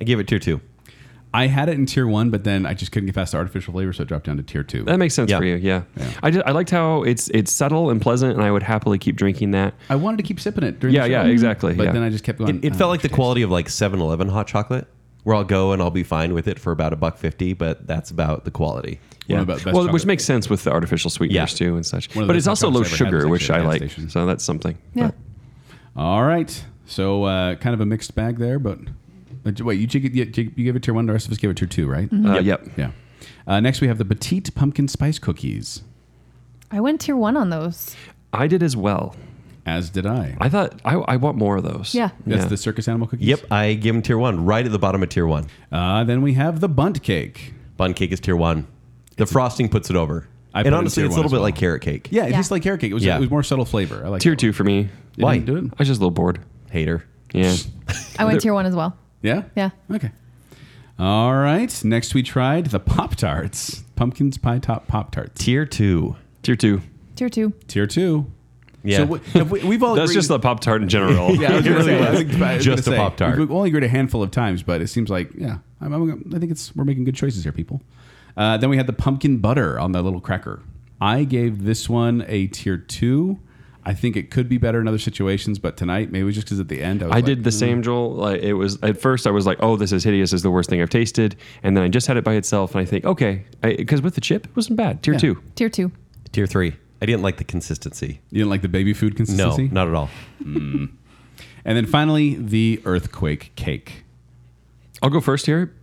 I gave it tier two. I had it in tier one, but then I just couldn't get past the artificial flavor, so it dropped down to tier two. That makes sense Yeah. for you. Yeah. I, just, I liked how it's it's subtle and pleasant, and I would happily keep drinking that. I wanted to keep sipping it during Yeah, the show. yeah, exactly, But yeah. then I just kept going. It, it "Ah, felt like the shit." quality of like 7 Eleven hot chocolate, where I'll go and I'll be fine with it for about a buck fifty, but that's about the quality. One of the best well, which chocolate- makes sense with the artificial sweeteners Yeah. too and such. One of the But best it's also low chocolates I ever had was sugar, which actually at I a gas like. station. So that's something. Yeah. But- All right. So uh, kind of a mixed bag there, but but wait, you, Jacob, you, Jacob, you gave it tier one, the rest of us gave it tier two, right? Mm-hmm. Uh, yep. Yeah. Uh, next, we have the petite pumpkin spice cookies, I went tier one on those. I did as well. as did I. I thought I, I want more of those. Yeah. That's the circus animal cookies. Yep, I gave him tier one, right at the bottom of tier one. Uh, then we have the bunt cake. Bun cake is tier one. The frosting puts it over. I put and it honestly, tier it's a one little as bit well. like carrot cake. Yeah, it Yeah. tastes like carrot cake. It was, Yeah. it was more subtle flavor. I like tier that one. two for me. You Why? didn't do it? I was just a little bored. Hater. Yeah. I went tier one as well. Yeah. Yeah. Okay. All right. Next, we tried the Pop Tarts, pumpkins pie top Pop Tarts. Tier two. tier two. Tier two. Tier two. Yeah. So we, have we, we've all That's agreed- just the Pop Tart in general. Yeah, I was gonna say, I was gonna Just a say, Pop-Tart. We've only agreed a handful of times, but it seems like yeah, I'm, I'm, I think it's we're making good choices here, people. Uh, then we had the pumpkin butter on the little cracker. I gave this one a tier two. I think it could be better in other situations, but tonight maybe it was just because at the end I, was I like, did the same, Joel. Like it was at first, I was like, "Oh, this is hideous. This is the worst thing I've tasted." And then I just had it by itself, and I think, okay, because with the chip, it wasn't bad. Tier Yeah. two. Tier two. Tier three. I didn't like the consistency. You didn't like the baby food No, consistency, not at all. And then finally the earthquake cake. I'll go first here.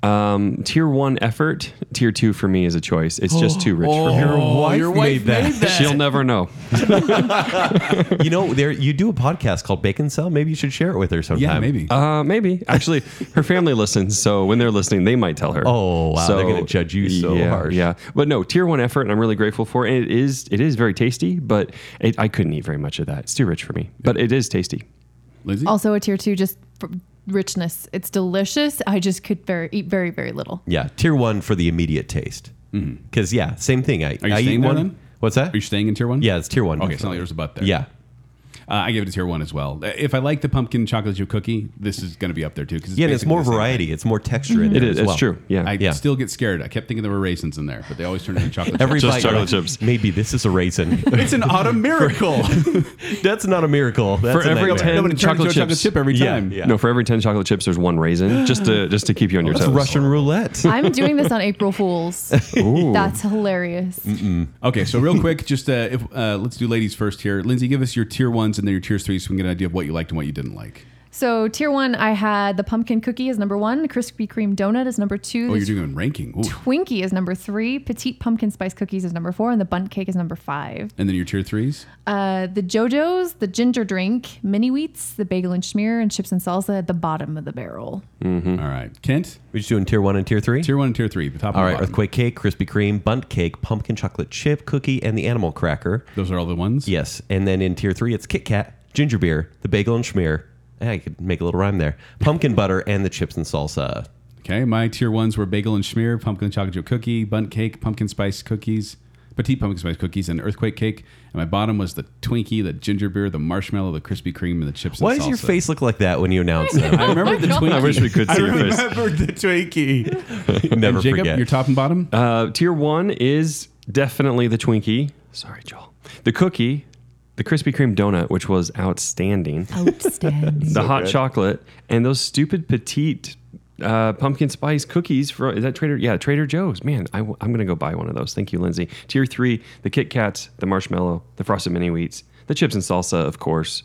Um, tier one effort. Tier two for me is a choice. It's just too rich for me. Oh, wife, made that. She'll never know. you know, there you do a podcast called Bacon Cell. Maybe you should share it with her sometime. Yeah, maybe. Uh, maybe actually, her family listens, so when they're listening, they might tell her. Oh, wow, they're gonna judge you so yeah, harsh. Yeah, but no, tier one effort, and I'm really grateful for. it. And it is it is very tasty, but it, I couldn't eat very much of that. It's too rich for me, but it is tasty. Lindsay? Also a tier two, just for richness. It's delicious. I just could very eat very very little. Yeah, tier one for the immediate taste. Because yeah, same thing. I, Mm-hmm. Are you I eat staying there one. then? What's that? Are you staying in tier one? yeah, it's tier one. Okay, it's not like there's a butt there. Yeah, Uh, I gave it a tier one as well. Uh, If I like the pumpkin chocolate chip cookie, this is going to be up there too. Cause yeah. And it's basically more the same variety. It's more texture in It there is. as It's well. true. Yeah. I Yeah. still get scared. I kept thinking there were raisins in there, but they always turned into chocolate. Every Just bite, chocolate you're like, chips. Maybe this is a raisin. it's an autumn miracle. That's not a miracle. That's For a every nightmare. ten- Nobody Chocolate chocolate, chocolate chips. chip every Yeah, time. yeah. No, for every ten chocolate chips, there's one raisin, just to just to keep you on your That's toes. Russian roulette. I'm doing this on April Fools. That's hilarious. Okay, so real quick, just uh, if, uh, let's do ladies first here. Lindsay, give us your tier ones and then your tier threes so we can get an idea of what you liked and what you didn't like. So tier one, I had the pumpkin cookie as number one, the Krispy Kreme donut is number two, Oh, the you're doing ranking. Ooh. Twinkie is number three, petite pumpkin spice cookies is number four, and the bunt cake is number five. And then your tier threes. Uh, the JoJo's, the ginger drink, mini wheats, the bagel and schmear, and chips and salsa at the bottom of the barrel. Hmm. All right, Kent, We're just doing tier one and tier three. tier one and tier three, the top. all and right, bottom. earthquake cake, Krispy Kreme, bunt cake, pumpkin chocolate chip cookie, and the animal cracker. Those are all the ones. Yes, and then in tier three, it's Kit Kat, ginger beer, the bagel and schmear. Eh, I could make a little rhyme there. Pumpkin butter and the chips and salsa. Okay, my tier ones were bagel and schmear, pumpkin chocolate chip cookie, bunt cake, pumpkin spice cookies, petite pumpkin spice cookies and earthquake cake. And my bottom was the Twinkie, the ginger beer, the marshmallow, the Krispy Kreme, and the chips. Why and does your salsa. face look like that when you announce them? I remember the Twinkie. I wish we could see your face. remembered the Twinkie. You never and Jacob, forget. your top and bottom. Uh, tier one is definitely the Twinkie. Sorry, Joel. The cookie, the Krispy Kreme donut, which was outstanding. Outstanding. the hot chocolate and those stupid petite uh, pumpkin spice cookies for is that Trader? Yeah, Trader Joe's. Man, I, am gonna go buy one of those. Thank you, Lindsay. Tier three: the Kit Kats, the marshmallow, the frosted mini wheats, the chips and salsa, of course.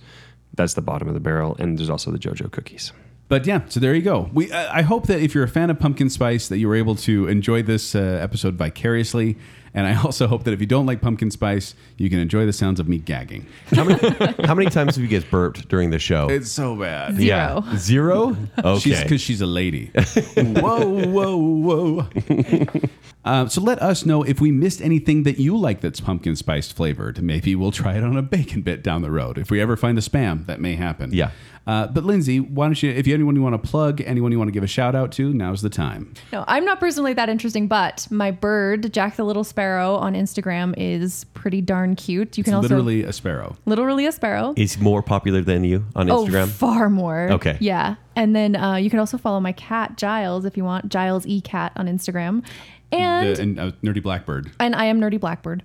That's the bottom of the barrel, and there's also the JoJo cookies. But yeah, so there you go. We I I hope that if you're a fan of pumpkin spice, that you were able to enjoy this uh, episode vicariously. And I also hope that if you don't like pumpkin spice, you can enjoy the sounds of me gagging. how, many, how many times have you guys burped during the show? It's so bad. Zero. Yeah. Zero? She's Okay. because she's a lady. whoa, whoa, whoa. Uh, so let us know if we missed anything that you like that's pumpkin spice flavored. Maybe we'll try it on a bacon bit down the road. If we ever find the spam, that may happen. Yeah. Uh, but Lindsay, why don't you? If you have anyone you want to plug, anyone you want to give a shout out to, now's the time. No, I'm not personally that interesting, but my bird, Jack the Little Sparrow, on Instagram is pretty darn cute. You can It's also literally a sparrow. literally a sparrow. Is more popular than you on Instagram? Oh, far more. Okay. Yeah. And then uh, you can also follow my cat, Giles, if you want. Giles E Cat on Instagram. And The- and uh, nerdy blackbird. and I am Nerdy Blackbird.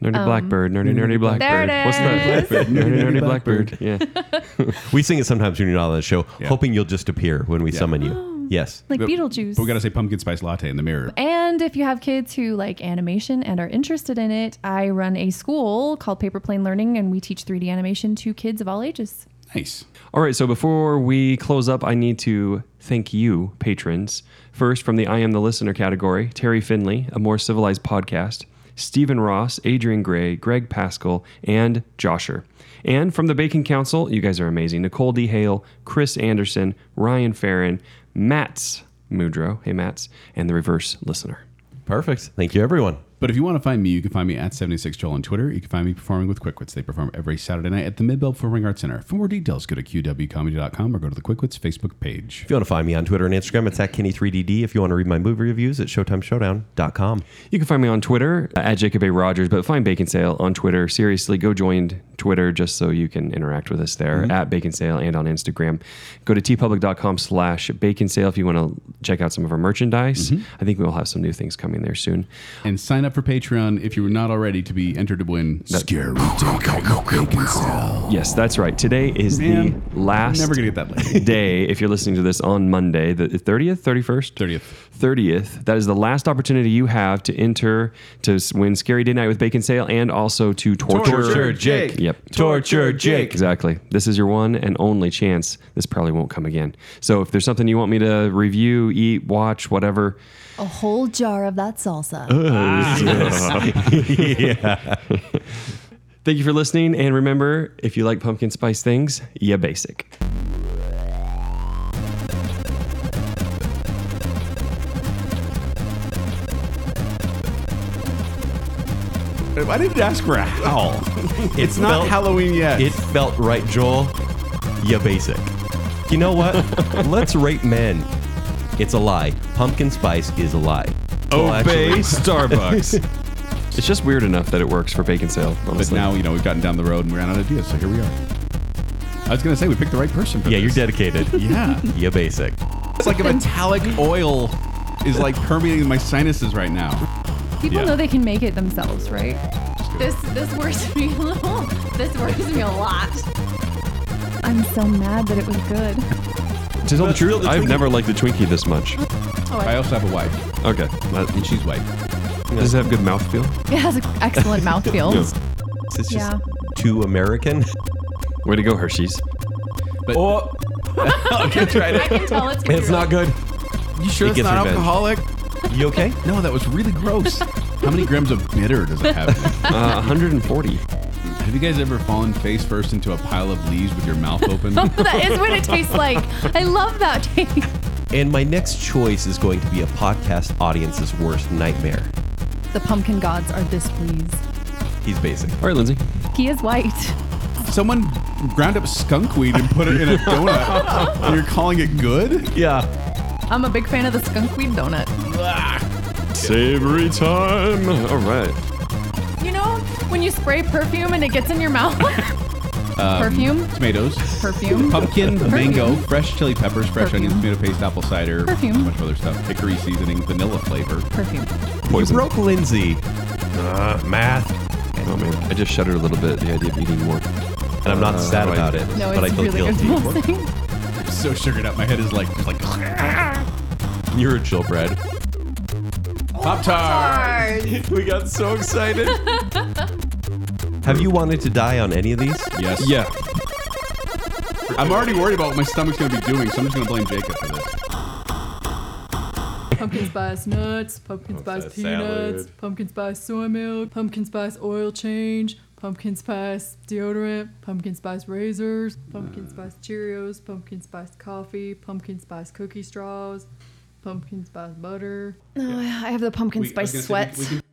Nerdy blackbird, nerdy nerdy blackbird. it What's that? is. Blackbird, nerdy nerdy blackbird. Yeah. we sing it sometimes when you're not on the show, Yeah. hoping you'll just appear when we summon you. Yes. Like But- Beetlejuice. But we gotta say pumpkin spice latte in the mirror. and if you have kids who like animation and are interested in it, I run a school called Paper Plane Learning, and we teach 3D animation to kids of all ages. Nice. All right, so before we close up, I need to thank you, patrons. First, from the I Am the Listener category, Terry Finley, A More Civilized Podcast, Stephen Ross, Adrian Gray, Greg Pascal, and Josher. And from the Bacon Council, you guys are amazing. Nicole D. Hale, Chris Anderson, Ryan Farron, Mats Mudro, hey Mats, and the Reverse Listener. Perfect. Thank you, everyone. But if you want to find me, you can find me at 76Joel on Twitter. You can find me performing with QuickWits. They perform every Saturday night at the Midbelt Performing Arts Center. For more details, go to qwcomedy.com or go to the QuickWits Facebook page. If you want to find me on Twitter and Instagram, it's at Kenny3DD. If you want to read my movie reviews, it's ShowtimeShowdown.com. You can find me on Twitter uh, at Jacob A. Rogers, but find Bacon Sale on Twitter. Seriously, go join Twitter just so you can interact with us there Mm-hmm. at Bacon Sale and on Instagram. Go to tpublic.com slash Bacon Sale if you want to check out some of our merchandise. Mm-hmm. I think we'll have some new things coming there soon. And sign up for Patreon if you were not already to be entered to win. Scary Bacon Cell. Yes, that's right. Today is Man, the last never gonna get that late. day, if you're listening to this on Monday, the 30th, 31st? 30th. 30th. That is the last opportunity you have to enter to s- win Scary Day Night with Bacon Sale and also to torture, Torture Jake. Yep. Torture Jake. Exactly. This is your one and only chance. This probably won't come again. So if there's something you want me to review, eat, watch, whatever, A whole jar of that salsa. thank you for listening. And remember, if you like pumpkin spice things, yeah, basic. I didn't ask for a howl. It's not Halloween yet. It felt right, Joel. You basic. You know what? Let's rate men. It's a lie. Pumpkin spice is a lie. Well, actually- Starbucks. it's just weird enough that it works for bacon sale. but Honestly. now, you know, we've gotten down the road and we ran out of ideas, so here we are. I was going to say, we picked the right person for Yeah, you're this. dedicated. Yeah. you basic. It's like a metallic oil is like permeating my sinuses right now. People Yeah. know they can make it themselves, right? This this worries me a little. This worries me a lot. I'm so mad that it was good. to tell the truth, I've never liked the Twinkie this much. Oh, I it, also have a wife, Okay. and she's white. Does it have good mouthfeel? it has an excellent mouthfeel. It's just Yeah. too American. Way to go, Hershey's. But okay, try I can tell it's good. It's not good. you sure it gets revenge. alcoholic? You okay? No, that was really gross. How many grams of bitter does it have? in it? Uh, 140. have you guys ever fallen face first into a pile of leaves with your mouth open? that is what it tastes like. I love that taste. And my next choice is going to be a podcast audience's worst nightmare. The pumpkin gods are displeased. He's basic. All right, Lindsay. He is white. Someone ground up skunk weed and put it in a donut. and you're calling it good? Yeah. I'm a big fan of the skunkweed donut. Savory time. All right. sound when you spray perfume and it gets in your mouth? Um, perfume? Tomatoes, Perfume? pumpkin, mango, fresh chili peppers, fresh Perfume. onions, tomato paste, apple cider, Perfume. a bunch of other stuff, hickory seasoning, vanilla flavor. Perfume. You broke Lindsay. Uh, math. Oh man, I just shuddered a little bit at the idea of eating more. And I'm not Uh, sad right. about it, No, but I it's feel really guilty. good smelling. I'm so sugared up, my head is like, like You're a Jillbread. pop tart. we got so excited. Have you wanted to die on any of these? Yes. Yeah, I'm already worried about what my stomach's gonna be doing, so I'm just gonna blame Jacob for this. Pumpkin spice nuts, pumpkin What's spice that salad? peanuts, pumpkin spice soy milk, pumpkin spice oil change, pumpkin spice deodorant, pumpkin spice razors, Uh. pumpkin spice Cheerios, pumpkin spice coffee, pumpkin spice cookie straws, pumpkin spice butter. No, Oh, I have the pumpkin We- I was gonna say we- we can-